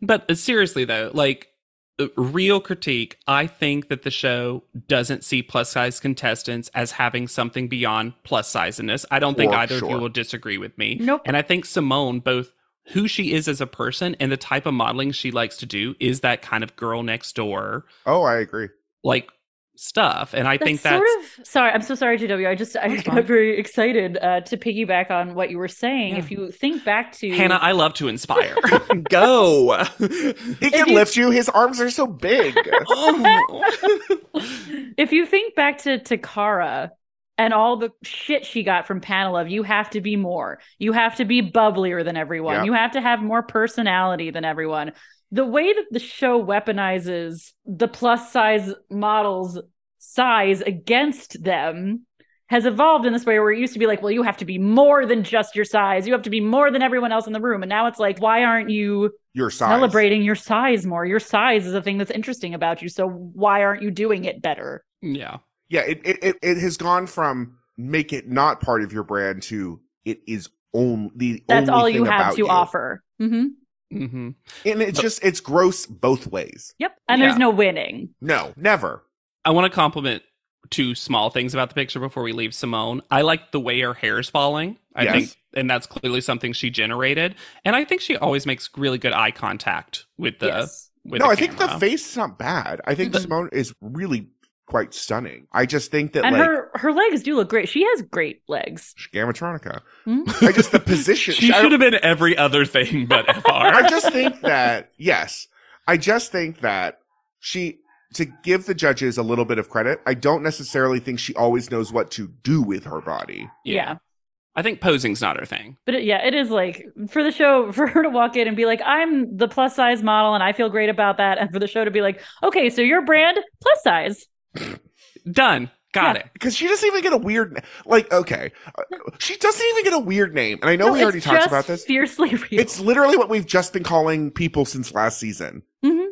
But uh, seriously though, like uh, real critique, I think that the show doesn't see plus size contestants as having something beyond plus sizeness. I don't think
For
either of you
sure.
will disagree with me.
Nope.
And I think Simone, both who she is as a person and the type of modeling she likes to do, is that kind of girl next door
Oh, I agree.
like stuff. And I think that's
sort of sorry. I'm so sorry, GW. I just I
That's
got
fine.
very excited uh, to piggyback on what you were saying.
Yeah.
If you think back to
Hannah, I love to inspire. Go.
He can
you-
lift you. His arms are so big.
if you think back to Takara and all the shit she got from panel of you have to be more. You have to be bubblier than everyone.
Yep.
You have to have more personality than everyone. The way that the show weaponizes the plus size models size against them has evolved in this way where it used to be like, well, you have to be more than just your size. You have to be more than everyone else in the room. And now it's like, why aren't you
Your size.
celebrating your size more? Your size is a thing that's interesting about you. So why aren't you doing it better?
yeah.
Yeah, it, it, it, it has gone from make it not part of your brand to it is only the
that's
only
all you
thing
have
about
to offer. hmm
hmm
And it's just it's gross both ways.
Yep. And
Yeah.
there's no winning.
No, never.
I want to compliment two small things about the picture before we leave Simone. I like the way her hair's falling. I
Yes.
think and that's clearly something she generated. And I think she always makes really good eye contact with the
yes.
with
no,
the
I think the
camera.
face is not bad. I
Mm-hmm.
think
The-
Simone is really quite stunning. I just think that
And
like
her her legs do look great. She has great legs.
Gamatronica.
Hmm?
I just the position.
She
I-
should have been every other thing but
I
FR.
just think that yes, I just think that she to give the judges a little bit of credit. I don't necessarily think she always knows what to do with her body.
Yeah.
I think posing's not her thing.
But it, yeah, it is like for the show for her to walk in and be like, "I'm the plus size model, and I feel great about that," and for the show to be like, "Okay, so your brand plus size."
Done. Got
Yeah.
it.
Because she doesn't even get a weird, na- like, okay, uh, she doesn't even get a weird name. And I know
No,
we
it's
already talked
just
about this.
Fiercely real.
It's literally what we've just been calling people since last season.
Mhm.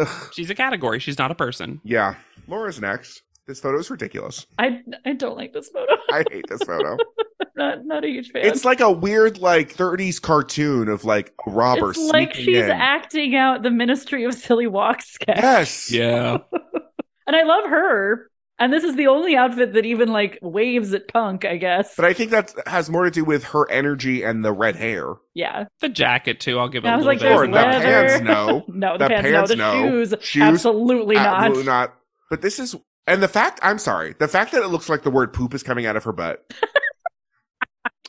Ugh,
She's a category. She's not a person.
yeah. Laura's next. This photo is ridiculous.
I I don't like this photo.
I hate this photo.
I'm not not a huge fan.
it's like a weird, like, 30s cartoon of, like, a robber
It's like
sneaking
she's
in.
acting out the Ministry of Silly Walks sketch.
Yes.
Yeah.
And I love her. And this is the only outfit that even like waves at punk, I guess.
But I think that has more to do with her energy and the red hair.
yeah.
the jacket too. I'll give it
I
a
was
little
like,
bit.
there's
Sure,
of
the
leather.
pants, no.
No, the,
The
pants,
pants,
no. The
no.
shoes,
Shoes,
absolutely not.
Absolutely not. But this is, and the fact, I'm sorry, the fact that it looks like the word poop is coming out of her butt.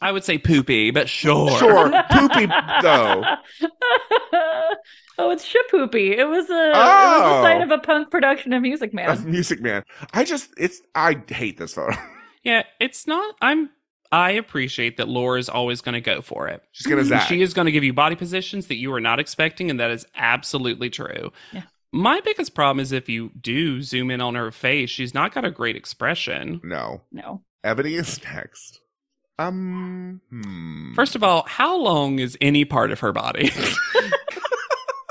I would say poopy, but sure.
Sure, poopy though.
oh, it's Ship Poopy. It was a it was
Oh.
the site of a punk production of Music
That's
Man.
Music Man. I just it's I hate this photo.
Yeah, it's not. I'm. I appreciate that Laura is always going to go for it.
She's
Mm,
gonna zag.
She is going to give you body positions that you are not expecting, and that is absolutely true.
Yeah.
My biggest problem is if you do zoom in on her face, she's not got a great expression.
No,
No.
Ebony is next. Um, hmm.
First of all, how long is any part of her body?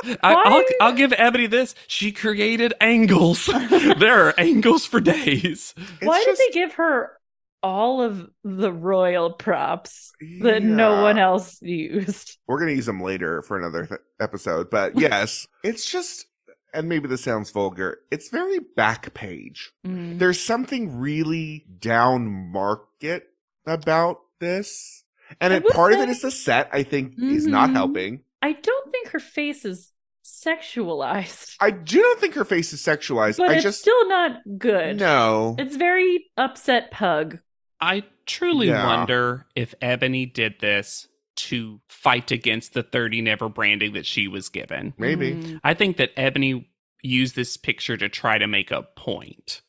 I, I'll,
Why?
I'll give Ebony this. She created angles. there are angles for days.
It's
Why
just-
did they give her all of the royal props that no one
Yeah.
else used?
We're gonna use them later for another th- episode, but yes, it's just, and maybe this sounds vulgar. It's very back page.
Mm.
There's something really down market about this, and
I
it,
would
part of it
say-
is the set. I think is not
Mhm.
helping.
I don't think her face is sexualized,
I do not think her face is sexualized.
but
I
it's
just
still not good.
no.
It's very upset pug.
I truly
Yeah.
wonder if Ebony did this to fight against the 30 Never branding that she was given.
Maybe.
Mm.
I think that Ebony used this picture to try to make a point,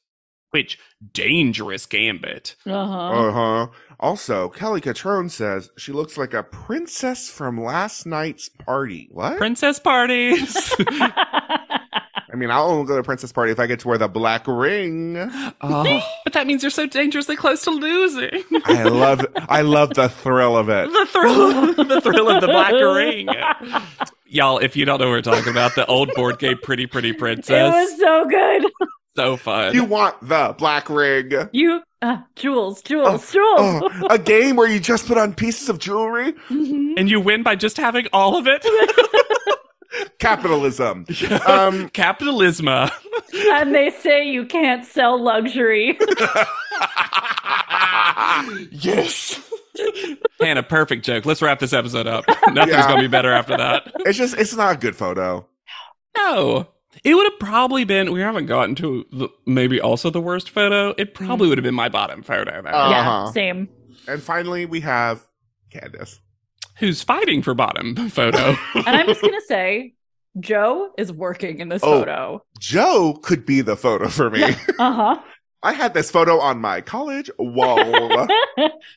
which dangerous gambit.
Uh-huh.
Uh huh. Also, Kelly Catrone says she looks like a princess from last night's party. What?
Princess parties.
I mean, I'll only go to a princess party if I get to wear the black ring.
oh, but that means you're so dangerously close to losing.
I love, I love the thrill of it.
the thrill, the thrill of the black ring. Y'all, if you don't know what we're talking about, the old board game Pretty Pretty
it
Princess,
was so good.
so fun.
You want the black ring?
You, uh, jewels, jewels, jewels.
Oh, a game where you just put on pieces of jewelry? Oh.
Mhm.
and you win by just having all of it.
Capitalism. Um,
Capitalisma.
and they say you can't sell luxury.
yes.
Hannah, perfect joke. Let's wrap this episode up. Nothing's
Yeah.
gonna be better after that.
It's just, it's not a good photo.
No. It would have probably been. We haven't gotten to the, maybe also the worst photo. It probably would have been my bottom photo, though.
Uh.
Yeah,
Uh-huh.
same.
And finally, we have Candace.
Who's fighting for bottom photo?
And I'm just gonna say, Joe is working in this
Oh.
photo.
Joe could be the photo for me.
Uh
I had this photo on my college wall.
huh.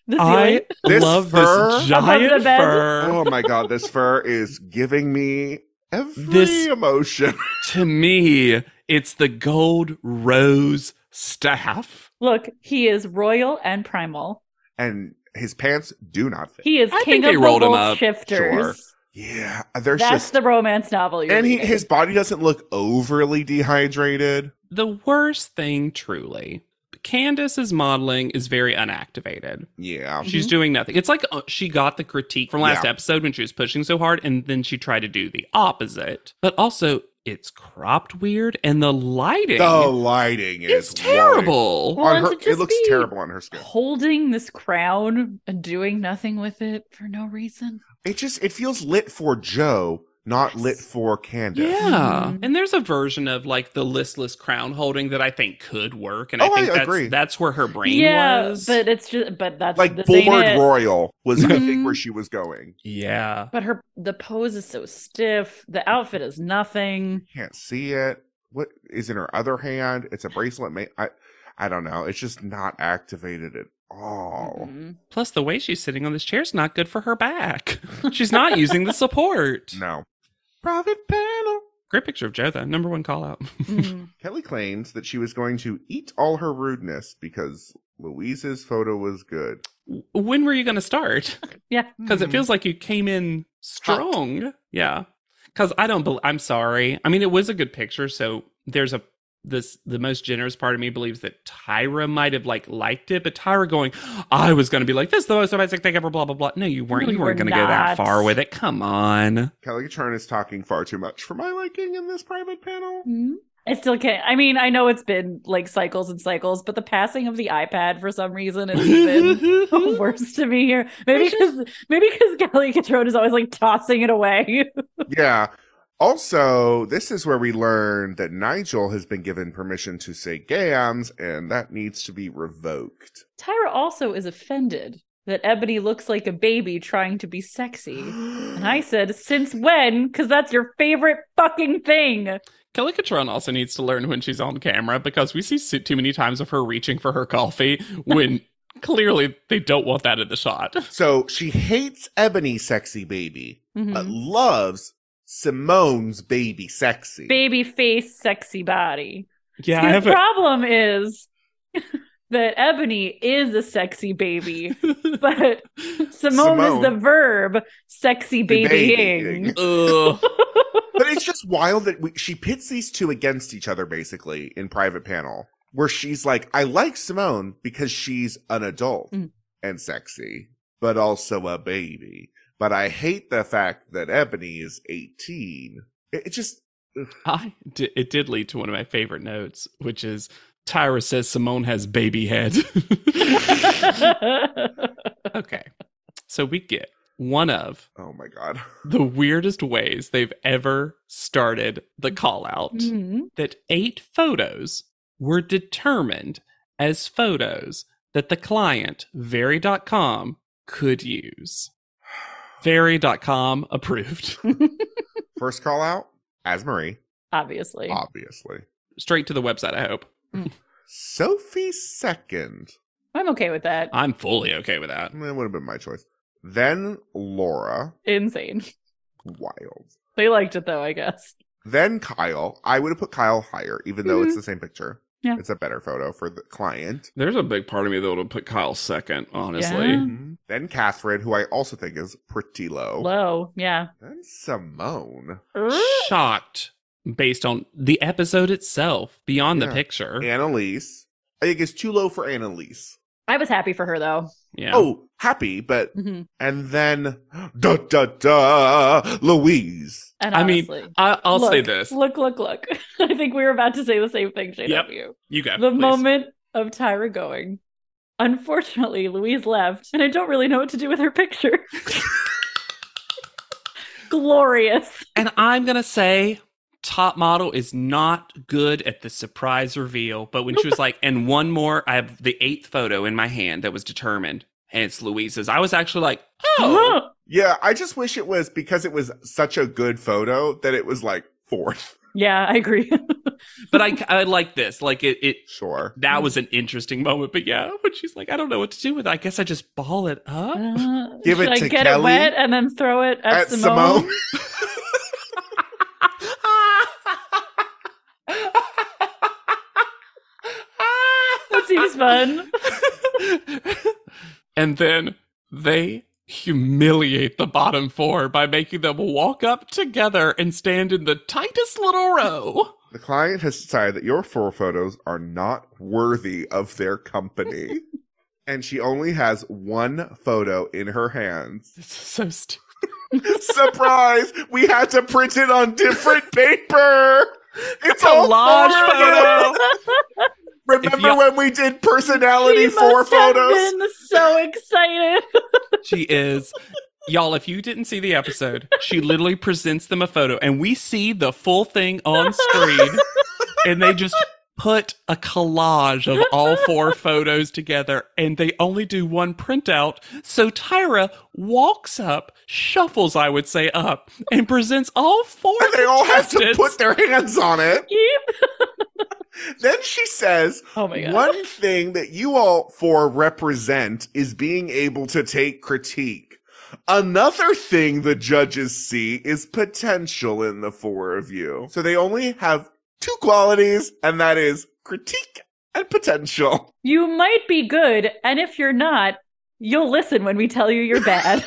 the ceiling.
I
This
love
fur
this
above
giant
the bed.
fur.
oh my god, this fur is giving me every
This-
emotion.
To me, it's the gold rose staff.
Look, he is royal and primal.
And his pants do not fit.
He is
I
king
think they
of the
rolled him
wolf
up,
shifters.
yeah, there's
That's
just
the romance novel. You're
and he,
reading.
his body doesn't look overly dehydrated.
The worst thing, truly, Candace's modeling is very unactivated.
Yeah,
She's doing nothing. It's like uh, she got the critique from last
Mm-hmm. Yeah.
episode when she was pushing so hard, and then she tried to do the opposite. But also, it's cropped weird, and the lighting
the lighting
is
is
terrible.
Well,
worrying.
and
On her,
to just
it looks
be
terrible on her skin.
holding this crown and doing nothing with it for no reason.
It just it feels lit for Joe, not lit for Candace.
Yeah.
Mm-hmm.
Mhm.
And there's a version of like the listless crown holding that I think could work. And I
Oh, I
think that's,
agree.
that's where her brain
yeah,
was.
but it's just but that's
Like
this ain't
Bullard
it.
Royal was I think
Mhm.
where she was going.
yeah.
But her the pose is so stiff. The outfit is nothing.
can't see it. What is in her other hand? It's a bracelet. ma- I, I don't know. It's just not activated at all.
Mhm.
Plus, the way she's sitting on this chair is not good for her back. she's not using the
Mm-hmm.
support.
No. Private panel.
Great picture of Joe, though. Number one call out.
Mhm.
Kelly claims that she was going to eat all her rudeness because Louise's photo was good.
when were you going to start?
Yeah.
Because it feels like you came in strong. Yeah. Because I don't, bel I'm sorry. I mean, it was a good picture. So there's a, this, the most generous part of me believes that Tyra might have like liked it, but Tyra going, I was going to be like, this is the most romantic thing ever, blah, blah, blah. No, you weren't.
No,
you
you
weren't
were
going to go that
not.
far with it. Come on.
Kelly Katron is talking far too much for my liking in this private panel.
Mhm. I still can't. I mean, I know it's been like cycles and cycles, but the passing of the iPad for some reason is even worse to me here. Maybe because maybe because Kelly Catrone is always like tossing it away.
yeah. Also, this is where we learn that Nigel has been given permission to say gams, and that needs to be revoked.
Tyra also is offended that Ebony looks like a baby trying to be sexy. And I said, Since when? Because that's your favorite fucking thing.
Kelly Catron also needs to learn when she's on camera because we see so- too many times of her reaching for her coffee when clearly they don't want that in the shot.
So she hates Ebony sexy baby,
Mhm.
but loves Simone's baby sexy.
Baby face, sexy body.
Yeah,
See, the problem is that Ebony is a sexy baby, but Simone, is the
Simone.
verb sexy babying.
Babying.
Ugh.
but it's just wild that we, she pits these two against each other basically in private panel where she's like i like simone because she's an adult
Mm.
and sexy but also a baby but i hate the fact that ebony is 18 it, it just
I di- it did lead to one of my favorite notes, which is Tyra says Simone has baby head. okay. So we get one of
oh my god
the weirdest ways they've ever started the call out
Mhm.
that eight photos were determined as photos that the client, Very.com, could use. Very.com approved.
first call out as marie
Obviously.
obviously
Straight to the website, I hope.
sophie second
I'm okay with that.
I'm fully okay with that.
that would have been my choice then laura
Insane.
wild
They liked it though, I guess.
Then Kyle. I would have put Kyle higher, even though it's the same picture.
Mm-hmm. Yeah.
It's a better photo for the client.
There's a big part of me that would put Kyle second, honestly.
Yeah.
Then Catherine, who I also think is pretty low.
Low. Yeah.
Then Simone.
Shocked based on the episode itself, beyond
Yeah.
the picture.
Annalise. I think it's too low for Annalise.
I was happy for her though.
Yeah.
Oh, happy, but
Mhm.
and then da da da Louise.
And
I mean,
honestly,
I- I'll say
look,
this.
Look, look, look. I think we were about to say the same thing, JW.
Yep. You go.
The
please.
moment of Tyra going. Unfortunately, Louise left, and I don't really know what to do with her picture. Glorious.
And I'm going to say Top Model is not good at the surprise reveal, but when she was like, and one more, I have the eighth photo in my hand that was determined, and it's Louise's. I was actually like, oh,
Yeah, I just wish it was because it was such a good photo that it was like fourth.
yeah, I agree.
but I, I like this. Like, it, it,
Sure.
that was an interesting moment. But yeah, when she's like, I don't know what to do with it, I guess I just ball it up.
Uh,
Give it
should I
to
get
Kelly
it wet and then throw it at,
At
Simone?
Simone.
that seems fun.
and then they humiliate the bottom four by making them walk up together and stand in the tightest little row.
The client has decided that your four photos are not worthy of their company. and she only has one photo in her hands.
This is so stupid.
Surprise! we had to print it on different paper! It's
It's a
all
large
four of
photo.
us! Remember
y'all-
when we did personality
She
four
must have
photos?
been so excited.
She is. Y'all, if you didn't see the episode, she literally presents them a photo and we see the full thing on screen and they just put a collage of all four photos together and they only do one printout. So Tyra walks up, shuffles, I would say, up and presents all four.
And they all have to
contestants.
put their hands on it.
Yep.
Then she says,
Oh my god.
One thing that you all four represent is being able to take critique. Another thing the judges see is potential in the four of you. So they only have two qualities, and that is critique and potential.
You might be good, and if you're not, you'll listen when we tell you you're bad.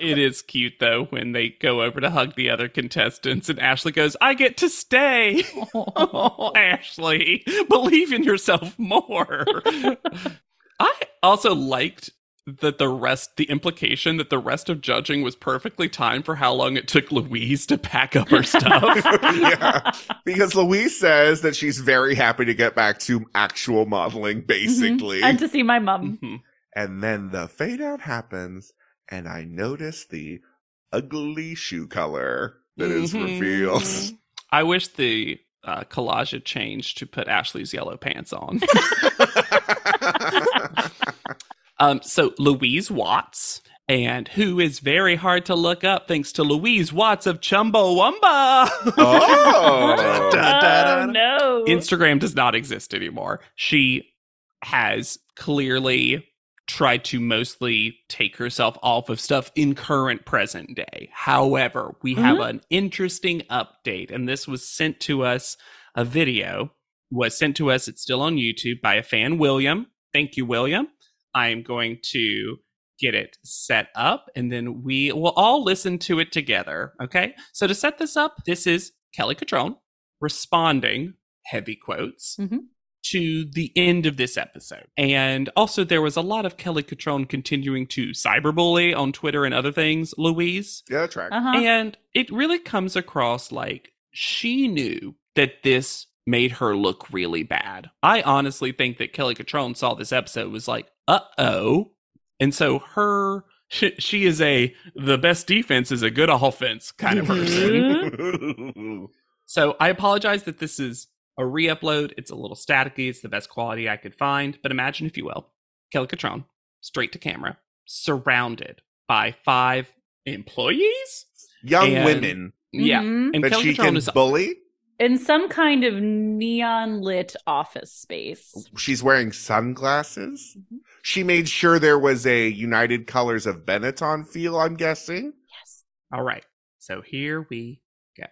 It is cute though when they go over to hug the other contestants and Ashley goes, I get to stay. Oh, Ashley, believe in yourself more. I also liked that the rest, the implication that the rest of judging was perfectly timed for how long it took Louise to pack up her stuff.
yeah. Because Louise says that she's very happy to get back to actual modeling,
Mm-hmm.
basically.
and to see my mom.
Mhm.
And then the fade out happens, and I notice the ugly shoe color that is
Mhm.
Mm-hmm.
revealed.
I wish the uh, collage had changed to put Ashley's yellow pants on. Um, so Louise Watts, and who is very hard to look up thanks to Louise Watts of Chumbawamba. Da,
Oh.
da, da, da.
oh no.
Instagram does not exist anymore. She has clearly tried to mostly take herself off of stuff in current present day. However, we have an interesting update and this was sent to us a video was sent to us it's still on YouTube by a fan William. Thank you William. I am going to get it set up and then we will all listen to it together, okay? So to set this up, this is Kelly Catrone responding heavy quotes
Mhm.
to the end of this episode. And also, there was a lot of Kelly Catrone continuing to cyberbully on Twitter and other things, Louise.
Yeah, track.
Uh,
Uh-huh.
And it really comes across like she knew that this made her look really bad. I honestly think that Kelly Catrone saw this episode was like, uh oh. And so her. She, she is a the best defense is a good offense kind
Mm-hmm.
of person. mm-hmm. So I apologize that this is a re upload. It's a little staticky. It's the best quality I could find. But imagine, if you will, Kelly Catron, straight to camera, surrounded by five employees.
Young
And-
women
Yeah.
Mhm.
And
that
Kelly
she
Catron
can
is
bully.
In some kind of neon lit office space.
She's wearing sunglasses.
Mm-hmm.
She made sure there was a United Colors of Benetton feel, I'm guessing.
Yes.
all right. So here we go.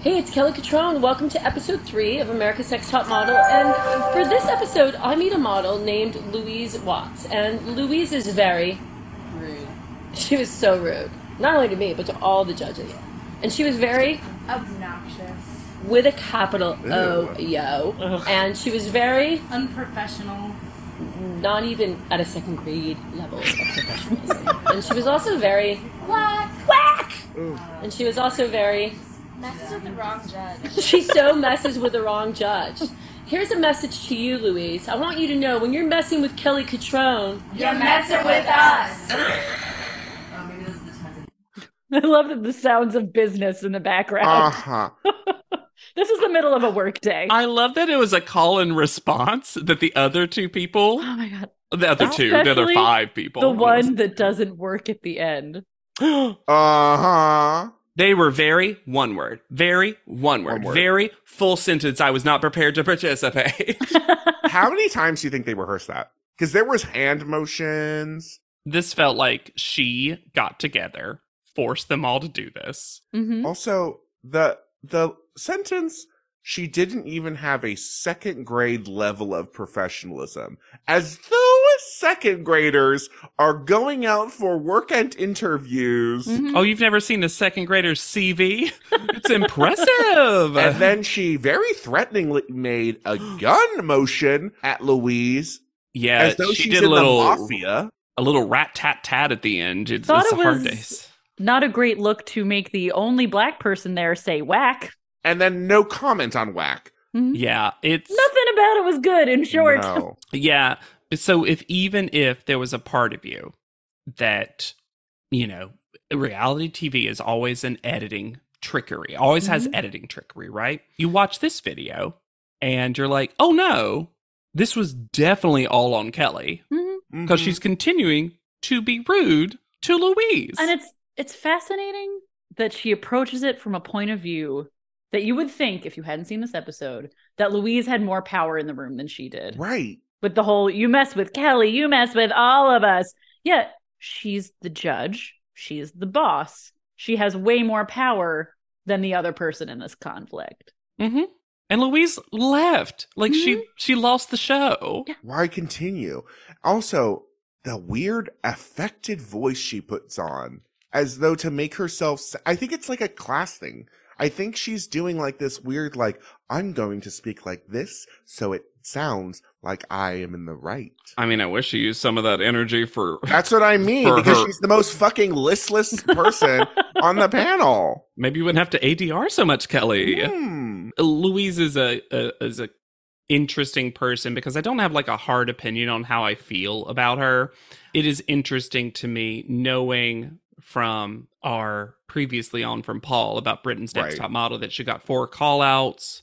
Hey, it's Kelly Catrone. Welcome to episode three of America's Next Top Model. And for this episode, I meet a model named Louise Watts. And Louise is very rude. She was so rude. Not only to me, but to all the judges. And she was very
obnoxious,
with a capital O,
Ew.
yo. And she was very
unprofessional.
not even at a second grade level of professionalism. and she was also very
What?
whack. And she was also very
Messes with the wrong judge.
She so messes with the wrong judge. Here's a message to you, Louise. I want you to know when you're messing with Kelly Catrone,
You're messing with us.
I love that the sounds of business in the
Uh
background.
huh.
this is the middle of a workday.
Ah. I love that it was a call and response that the other two people,
oh my god.
the other two, the other
Especially
five people,
The one that doesn't work at the end.
Uh huh.
They were very one word, very one word,
One word.
very full sentence. I was not prepared to participate. Mm-hmm.
How many times do you think they rehearsed that? Because there was hand motions.
this felt like she got together, forced them all to do this.
Mhm.
Also, the the sentence she didn't even have a second grade level of professionalism. As though second graders are going out for work and interviews.
Mhm.
Oh, you've never seen a second grader's CV? It's impressive.
And then she very threateningly made a gun motion at Louise
yeah,
as though
she
she's
did
in
a little
the mafia.
a little rat tat tat at the end. It's,
Thought
it's
it
a hard
was-
days.
Not a great look to make the only black person there say whack.
And then no comment on whack.
Mhm.
Yeah, it's
Nothing about it was good in short.
No.
Yeah. So if even if there was a part of you that, you know, reality TV is always an editing trickery, always has editing trickery, right? You watch this video and you're like, oh no, this was definitely all on Kelly
Mm-hmm.
because
Mhm.
she's continuing to be rude to Louise.
And it's it's fascinating that she approaches it from a point of view that you would think if you hadn't seen this episode that Louise had more power in the room than she did.
Mm-hmm. right.
With the whole you mess with Kelly, you mess with all of us. Yeah, she's the judge, she's the boss. She has way more power than the other person in this conflict.
Mhm. And Louise left. Like she she lost the show.
Why continue? Also, the weird affected voice she puts on as though to make herself s- I think it's like a class thing. I think she's doing like this weird like I'm going to speak like this so it sounds like I am in the right.
I mean, I wish she used some of that energy for
That's what I mean
For
because
her.
she's the most fucking listless person on the panel.
maybe you wouldn't have to ADR so much, Kelly.
Hmm.
Louise is a, a is a interesting person because I don't have like a hard opinion on how I feel about her. It is interesting to me knowing from our previously on from Paul about Britain's Next
Right.
Top Model that she got four call outs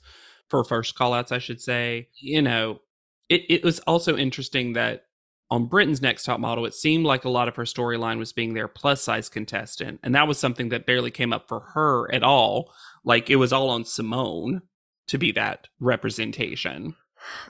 for first call outs, I should say. You know, it, it was also interesting that on Britain's Next Top Model, it seemed like a lot of her storyline was being their plus size contestant. And that was something that barely came up for her at all. Like it was all on Simone to be that representation.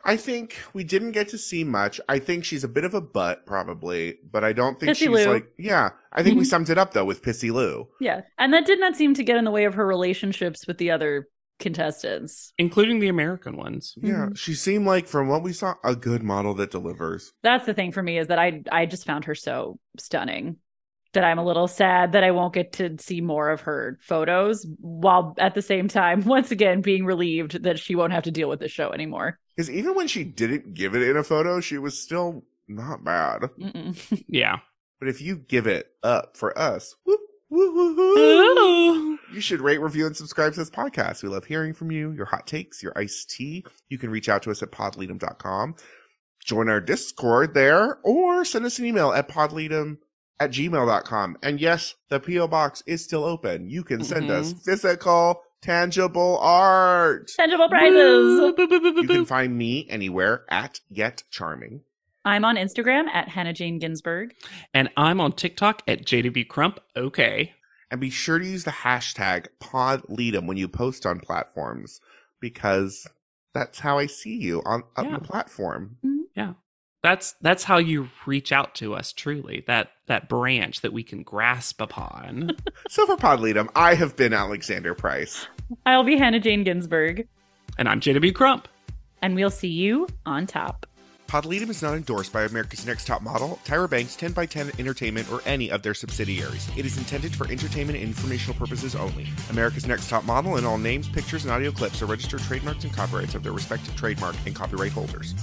I think we didn't get to see much. I think she's a bit of a butt, probably, but I don't think
Pissy
she's
Lou. Mm-hmm.
like, yeah. I think we summed it up though with Pissy Lou.
Yeah. And that did not seem to get in the way of her relationships with the other contestants.
Including the American ones.
Yeah,
Mm-hmm.
she seemed like, from what we saw, a good model that delivers.
That's the thing for me is that I I just found her so stunning that I'm a little sad that I won't get to see more of her photos while at the same time once again being relieved that she won't have to deal with this show anymore.
Because even when she didn't give it in a photo, she was still not bad.
Mm-mm.
Yeah.
But if you give it up for us, whoop, woo, woo, woo, you should rate, review, and subscribe to this podcast. We love hearing from you, your hot takes, your iced tea. You can reach out to us at podleadum.com. Join our Discord there or send us an email at podleadum at gmail.com. And yes, the P.O. box is still open. You can send us physical, tangible art.
Tangible prizes.
You can find me anywhere at Yet Charming.
I'm on Instagram at Hannah Jane Ginsburg.
And I'm on TikTok at JDB Crump. Okay.
And be sure to use the hashtag PodLeadum when you post on platforms because that's how I see you on up
Yeah.
the platform.
That's that's how you reach out to us truly. That that branch that we can grasp upon.
So for PodLeadum, I have been Alexander Price.
I'll be Hannah Jane Ginsburg,
and I'm JDB Crump.
and we'll see you on top.
Podleadum is not endorsed by America's Next Top Model, Tyra Banks, 10 by 10 Entertainment, or any of their subsidiaries. It is intended for entertainment and informational purposes only. America's Next Top Model and all names, pictures, and audio clips are registered trademarks and copyrights of their respective trademark and copyright holders.